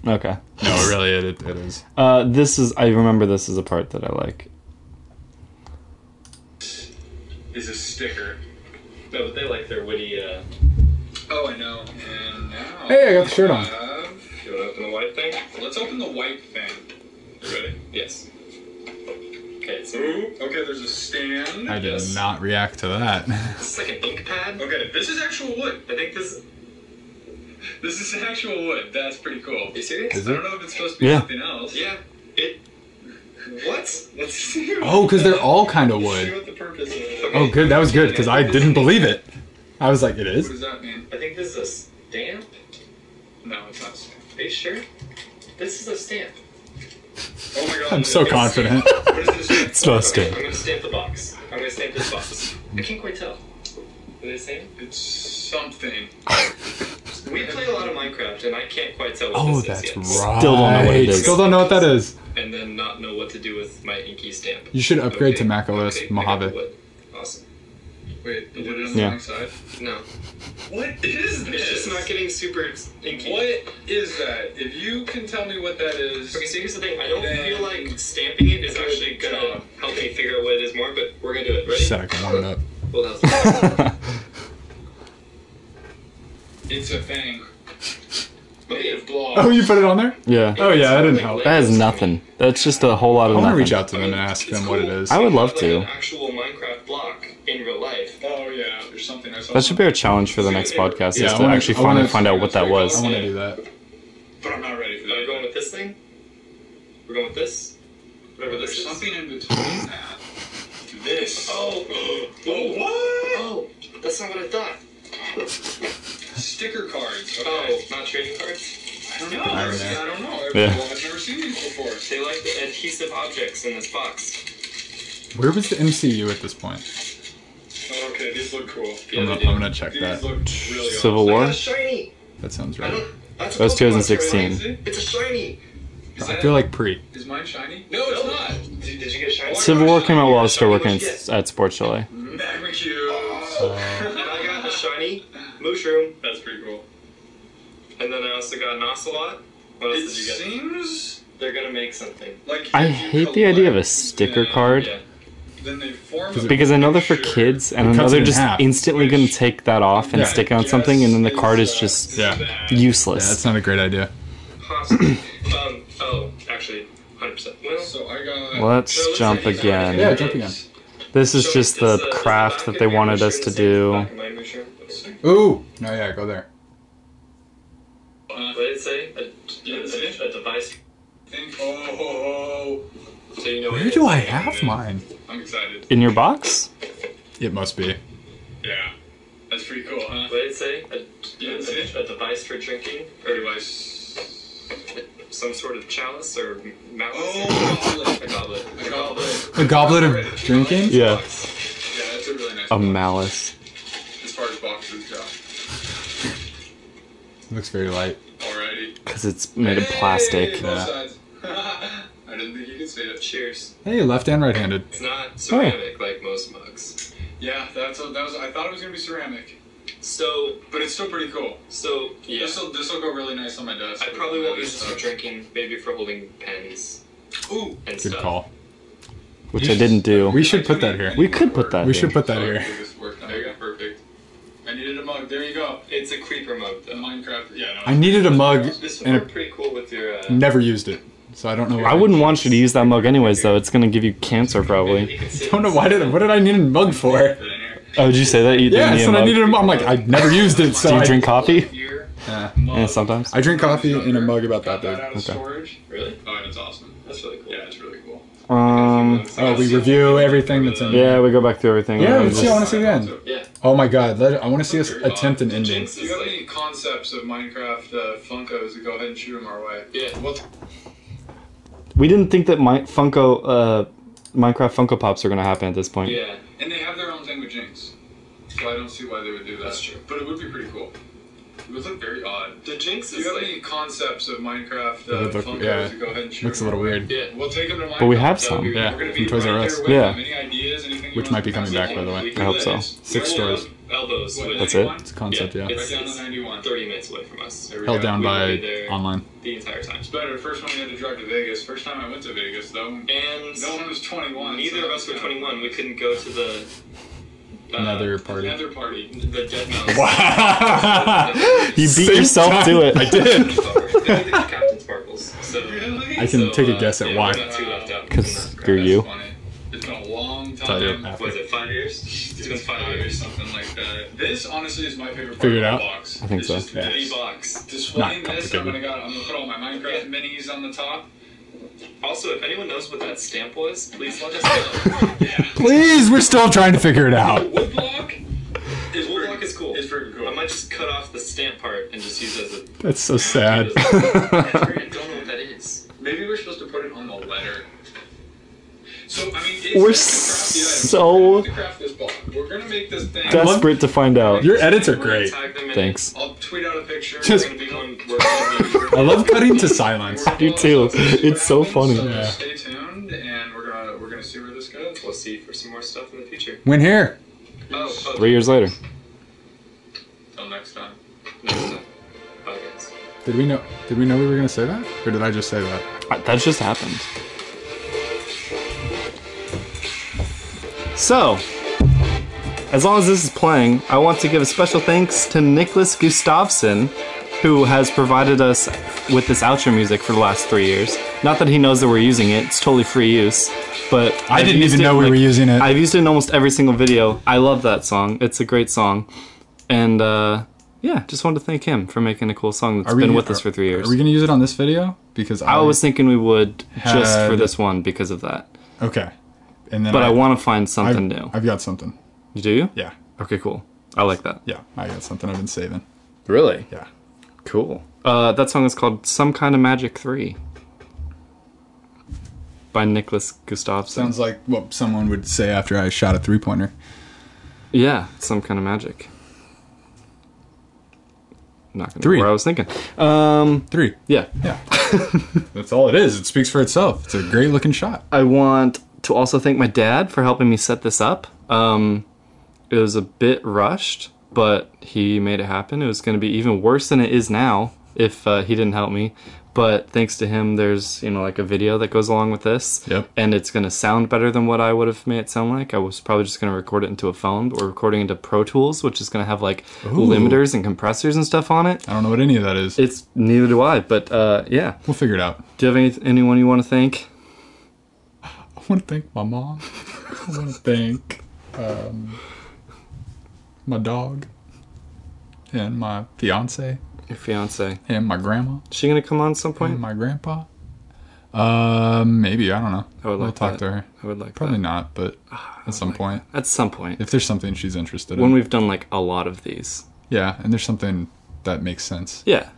A: Okay.
B: No, it really, it, it is.
A: Uh, this is. I remember this is a part that I like.
C: Is a sticker.
D: No, but they like their witty, uh,
C: Oh, I know. And now.
B: Hey, I got the shirt on.
C: have-
D: you want to open the white thing?
C: Let's open the white thing. You ready?
D: Yes. Okay, so
C: Okay, there's a stand.
B: I did
D: Yes.
B: not react to that.
D: this is like an ink pad.
C: Okay, this is actual wood.
D: I think this.
C: This is actual wood. That's pretty cool.
D: you serious?
B: Is
C: I
B: it?
C: don't know if it's supposed to be
A: Yeah.
C: something else.
D: Yeah. It. What? That's.
B: Oh, because they're all kind of
C: See
B: wood.
C: what the purpose is.
B: Oh, good. That was good because I didn't believe it. I was like, it
C: What
B: is.
C: does that mean?
D: I think this is a stamp.
C: No, it's not. a stand.
D: Are you sure? This is a stamp.
C: Oh my god.
B: I'm so
C: it's-
B: confident.
C: What is this?
A: It's not a
D: Okay,
A: stamp.
D: I'm gonna stamp the box. I'm gonna stamp this box. I can't quite tell. Is it same?
C: It's something.
D: We play a lot of Minecraft, and I can't quite tell what
B: Oh,
D: this
B: that's right.
D: is yet.
A: Still don't know what it is.
B: Still don't know what that is.
D: And then not know what to do with my inky stamp.
B: You should upgrade to
D: Okay,
B: Mac OS
D: okay, I got
B: Mojave.
D: the wood. Awesome.
C: Wait, you did it on the
A: Yeah.
C: wrong side.
D: No,
C: What is
D: it's
C: this?
D: just not getting super inky.
C: What is that? If you can tell me what that is.
D: Okay, so here's the thing. I don't
C: Then-
D: feel like stamping it is actually gonna help me figure out what it is more, but we're gonna do it. Ready?
B: Said I can warm it up.
D: Well, that was-
C: It's a thing. Made
D: Okay.
C: of blob.
B: Oh, you put it on there?
A: Yeah.
B: Oh yeah, I didn't help.
A: That is nothing. That's just a whole lot of
B: I want to
A: nothing.
B: reach out to them and ask them what it is.
A: I would love
D: like
A: to.
D: An actual Minecraft block in real life.
C: Oh yeah, there's something I saw.
A: That should be our challenge for the next podcast
B: Yeah,
A: is
B: I
A: to
B: wanna-
A: actually
B: I wanna-
A: finally find out what that
B: I
A: was.
B: want to do that.
C: But I'm not ready for
D: Are we
C: that.
D: going with this thing? We're going with this. Whatever this
C: There's
D: is.
C: something in between that. This.
D: Oh,
C: Oh, what?
D: oh, that's not what I thought.
C: Sticker cards.
D: Oh,
C: Okay.
D: not trading cards.
C: I don't know.
B: I
C: I,
B: don't know.
C: don't know. I've,
A: Yeah.
C: well, I've never seen these before.
D: They like the adhesive objects in this box.
B: Where was the MCU at this point?
C: Oh, okay, these look cool.
D: Yeah,
B: I'm
D: they
B: gonna,
D: do.
B: I'm gonna check
C: These
B: that.
C: look really
A: Civil
C: awesome.
D: I
A: War.
D: got a shiny.
B: That sounds
D: I
B: right.
D: don't. That's a
A: That was
D: Pokemon
A: 2016.
D: shiny. It's a shiny.
C: Is,
B: I
C: that-
B: feel like pre.
C: is mine shiny? No, it's not.
D: Did, did you get a shiny?
A: Civil War came out while I was still working at, at Sports Chalet.
C: Magma
D: And I got a shiny mushroom,
C: That's pretty cool.
D: and then I also got an ocelot. What else
C: It
D: did you get?
C: seems
D: They're gonna make something.
C: like
A: I
C: if you
A: hate the idea of a
C: collect
A: sticker
C: them,
A: card
D: Yeah.
C: Then they form a
A: because I know they're for
C: picture.
A: kids and I
B: It
A: know
B: cuts it
A: they're
B: in
A: just
B: half.
A: instantly going to take that off and
B: Yeah.
A: stick it on
C: Yes,
A: something and then the
C: it's,
A: card is
C: uh,
A: just
B: Yeah.
C: that.
B: Yeah,
A: useless.
B: that's not a great idea.
D: Possibly. um. Oh, actually, 100%. Well,
C: So I got.
A: Let's jump again.
B: Yeah, jump again.
A: This is
D: So uh,
A: just
D: does
A: the
D: does
A: craft
D: back
A: that
D: of
A: they
D: your
A: wanted us
D: mushroom
A: to
D: say the
A: do.
D: back of my mushroom?
B: Ooh! No, Oh, yeah, go there.
C: Uh,
D: What did it say? A, a- a device.
C: Think, oh, oh,
D: So you know what
B: Where
D: it
B: do
D: is.
B: I have mine?
C: oh. I'm excited.
A: In your box?
B: It must be.
C: Yeah. That's pretty cool, huh?
D: What did it say? A,
C: Yeah, it's it.
D: a, a device for drinking?
C: Or do I s-
D: Some sort of chalice or malice?
C: Oh, a
D: a
C: goblet.
D: goblet.
C: A goblet.
B: A goblet of drinking?
A: Yeah.
C: Yeah, that's a really nice
A: A
C: box,
A: malice.
C: as far as boxes go.
B: looks very light.
C: Alrighty.
A: Because it's made of
C: Hey,
A: plastic.
C: both
B: Yeah.
C: sides. I didn't think you could see it.
D: Cheers.
B: Hey, left and right handed.
D: It's not ceramic like most mugs.
C: Yeah, that's a, that was. I thought it was gonna be ceramic,
E: So,
C: but it's still pretty cool.
E: so
D: Yeah.
C: This will this will go really nice on my desk.
D: I probably won't use this for drinking, maybe for holding pens
C: Ooh,
D: and
B: Good
D: stuff.
B: call.
A: which I didn't do.
B: We should put that here.
A: We could put that
B: We
A: here.
B: should put that
C: Oh,
B: here.
C: okay, this worked. There you go. Perfect. I needed a mug. There you go.
D: It's a creeper mug,
C: The
D: though.
C: Minecraft. Yeah. No,
B: I needed a mug
D: This would
B: and a,
D: work pretty cool with your. Uh,
B: never used it, so I don't know. Why.
A: I wouldn't want you to use that mug anyways, though. It's gonna give you cancer probably.
D: you can sit
B: Don't know why did. What did I need a mug for?
C: Put it in here.
A: Oh, did you say that? You didn't
B: Yeah,
A: need a
B: so I
A: mug?
B: needed a mug. I'm like I never used it. So
A: Do you
B: I-
A: drink coffee?
D: Here.
B: Yeah.
A: Yeah, sometimes.
B: I drink coffee in a mug about that
C: Got that
B: big.
C: out of
A: Okay.
C: storage.
D: Really?
C: Oh, and it's awesome.
D: That's really cool.
C: Yeah, it's really cool.
A: Um,
B: Oh, we review everything that's in. there.
A: yeah, we go back through everything.
B: Yeah,
A: and
B: let's see, I wanna see the end.
D: Yeah.
B: Oh my god, let, I want to see us attempt an ending.
D: Jinx
C: Do you have
D: is
C: any concepts of Minecraft uh, Funkos? Go ahead and shoot them our way.
D: Yeah.
C: What's
A: We didn't think that my Funko, uh, Minecraft Funko Pops are gonna happen at this point.
D: Yeah.
C: And they have their own thing with Jinx. So I don't see why they would do that.
D: That's true.
C: But it would be pretty cool. It would look very odd.
D: The Jinx
C: Do you
D: is
C: have
D: like.
C: any concepts of Minecraft
B: It
C: uh,
B: would look-
C: Funkos?
B: yeah.
C: Go ahead and shoot
B: Looks a
C: 'em
B: little
C: our way.
B: weird.
D: Yeah.
C: We'll take them to Minecraft.
A: But we have some.
C: We're
B: Yeah,
C: gonna be
B: from Toys
C: right
B: R
C: there
B: Us.
C: with
A: Yeah.
C: them. Any ideas, anything you
B: Which
C: wanna
B: might be coming
C: pass
B: back, by the way.
C: along?
A: I hope so.
B: Six stores.
D: Elbows.
C: What,
D: with-
A: That's it?
B: It's a concept, yeah.
D: It's,
C: Right down
D: it's
C: to 91.
D: 30 minutes away from us
C: There we
B: Held
C: go.
B: down
D: We will
B: by
D: be there.
B: online.
D: the entire time.
C: It's better. First one we had to drive to Vegas. First time I went to Vegas, though.
D: And
C: No one was 21.
D: neither
C: so
D: of us were
C: yeah.
D: 21. We couldn't go to the. Uh,
B: Another party.
C: Another party.
D: The Dead Mouse.
B: Wow!
A: You beat
B: Same
A: yourself
B: time.
A: to it.
B: I did.
D: They did Captain Sparkles. So,
C: Really?
B: I can
D: so,
B: take a
D: uh,
B: guess at
D: yeah,
B: why.
D: We're not too left out.
A: 'Cause
D: We're not-
A: screw you.
C: Funny. It's been a long
B: Tell you
C: time.
B: after.
D: Was it five years? It's been five
C: or
D: years.
C: something like that. This honestly is my favorite part
B: Figured
C: of
B: out?
C: the box.
A: I think
C: It's
A: so.
C: just
B: Yeah.
D: The
C: this
D: box.
C: Displaying
B: Not
C: this, I'm
B: complicated.
C: gonna, got, I'm gonna put all my Minecraft minis on the top.
D: Also, if anyone knows what that stamp was, please let us know.
B: Please, we're still trying to figure it out.
D: Woodblock? Is woodblock is cool.
C: It's pretty cool.
D: I might just cut off the stamp part and just use it as a.
B: That's so sad.
D: That's weird. I don't know what that is.
C: Maybe we're supposed to put it on the letter. So I mean, it's
A: We're
C: it's a
A: so-
C: crafty item. We're gonna craft this box. We're gonna make this thing.
A: Desperate to find out.
B: Your edits are
D: We're gonna
B: great.
D: tag them in.
A: Thanks.
C: I'll tweet out a picture.
B: Just-
C: We're
D: We're
C: gonna be
D: gonna
C: going-
D: be going- we're gonna be-
B: I love cutting to silence.
A: You too. It's so funny.
C: So
B: Yeah.
C: Stay tuned, and we're gonna we're gonna see where this goes.
D: We'll see for some more stuff in the future.
B: When here?
D: Oh, oh
A: Three years later.
C: Till next time.
D: next time. Bye, guys.
B: Did we know? Did we know we were gonna say that, or did I just say that?
A: Uh, That just happened. So, as long as this is playing, I want to give a special thanks to Nicholas Gustafsson, who has provided us with this outro music for the last three years. Not that he knows that we're using it; it's totally free use. But
B: I
A: I've
B: didn't
A: used
B: even
A: it,
B: know we
A: like,
B: were using it.
A: I've used it in almost every single video. I love that song; it's a great song, and uh, yeah, just wanted to thank him for making a cool song that's
B: Are we-
A: been with us
B: are-
A: for three years.
B: Are we gonna use it on this video? Because I,
A: I was thinking we would just for
B: Had-
A: this one because of that.
B: okay. And then
A: But I,
B: I,
A: want to find something
B: I've,
A: new.
B: I've got something.
A: Do you?
B: Yeah,
A: Okay, cool. I like that.
B: yeah. I got something I've been saving.
A: Really?
B: Yeah.
A: Cool. Uh, that song is called Some Kind of Magic 3 by Nicholas Gustafsson.
B: Sounds like what someone would say after I shot a three pointer.
A: yeah, Some Kind of Magic. Not gonna
B: Three.
A: Where I was thinking. Um,
B: Three.
A: yeah.
B: Yeah. That's all it is. It speaks for itself. It's a great looking shot.
A: I want to also thank my dad for helping me set this up. Um, it was a bit rushed, but he made it happen. It was going to be even worse than it is now if uh, he didn't help me. But thanks to him, there's you know like a video that goes along with this,
B: Yep.
A: and it's going to sound better than what I would have made it sound like. I was probably just going to record it into a phone, but we're recording into Pro Tools, which is going to have like limiters and compressors and stuff on it.
B: I don't know what any of that is.
A: It's neither do I, but uh, yeah.
B: we'll figure it out.
A: Do you have any, anyone you want to thank?
B: I want to thank my mom. I want to thank um, my dog and my fiance
A: Your fiance.
B: and my grandma
A: Is she going to come on at some point?
B: and my grandpa. Uh, maybe I don't know.
A: I would
B: we'll
A: like
B: talk
A: that. Ah,
B: to her.
A: I would like
B: Probably
A: that.
B: not, but at some point,
A: At some point.
B: if there's something she's interested
A: when
B: in,
A: we've done like a lot of these.
B: yeah, and there's something that makes sense,
A: Yeah.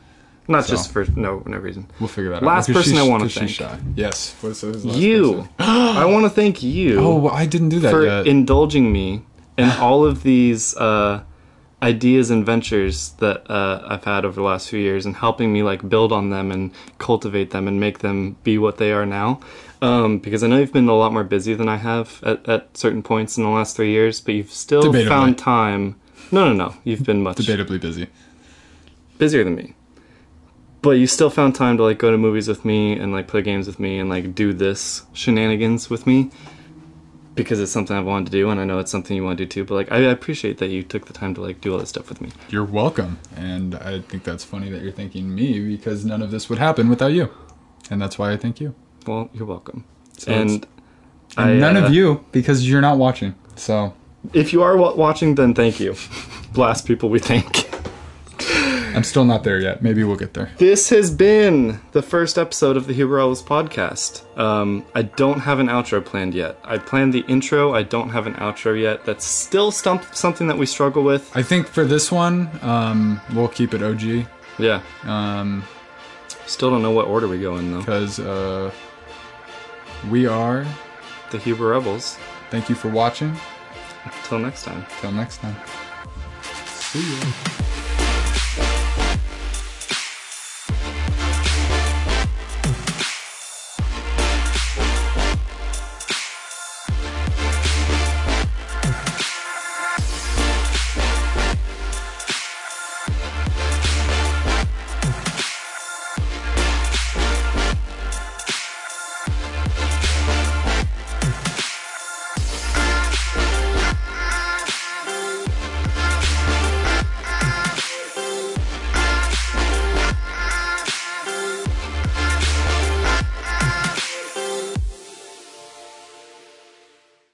A: Not
B: So.
A: just for no no reason.
B: we'll figure that
A: Last
B: out. 'Cause
A: person I
B: she's-
A: wanna
B: 'cause she's
A: thank.
B: shy. Yes. What is his last
A: You.
B: person?
A: I want to thank you
B: Oh, well, I didn't do that
A: for
B: yet.
A: indulging me in all of these uh ideas and ventures that uh, I've had over the last few years and helping me like build on them and cultivate them and make them be what they are now. Um, because I know you've been a lot more busy than I have at, at certain points in the last three years, but you've still
B: Debatably.
A: found time. No, no, no. You've been much
B: Debatably busy.
A: busier than me. But you still found time to like go to movies with me and like play games with me and like do this shenanigans with me because it's something I've wanted to do and I know it's something you want to do too. But like I I appreciate that you took the time to like do all this stuff with me.
B: You're welcome. And I think that's funny that you're thanking me because none of this would happen without you. And that's why I thank you.
A: Well, you're welcome.
B: it's-
A: and
B: And
A: I,
B: none
A: uh,
B: of you because you're not watching. So
A: If you are wa watching, then thank you. Blast people, we thank.
B: I'm still not there yet. Maybe we'll get there.
A: This has been the first episode of the Huber Elves podcast. Um, I don't have an outro planned yet. I planned the intro. I don't have an outro yet. That's still stump- something that we struggle with.
B: I think for this one, um, we'll keep it OG
A: Yeah.
B: um,
A: Still don't know what order we go in though.
B: because uh, we are.
A: The Huber Rebels.
B: Thank you for watching.
A: Till next time.
B: Till next time. See you.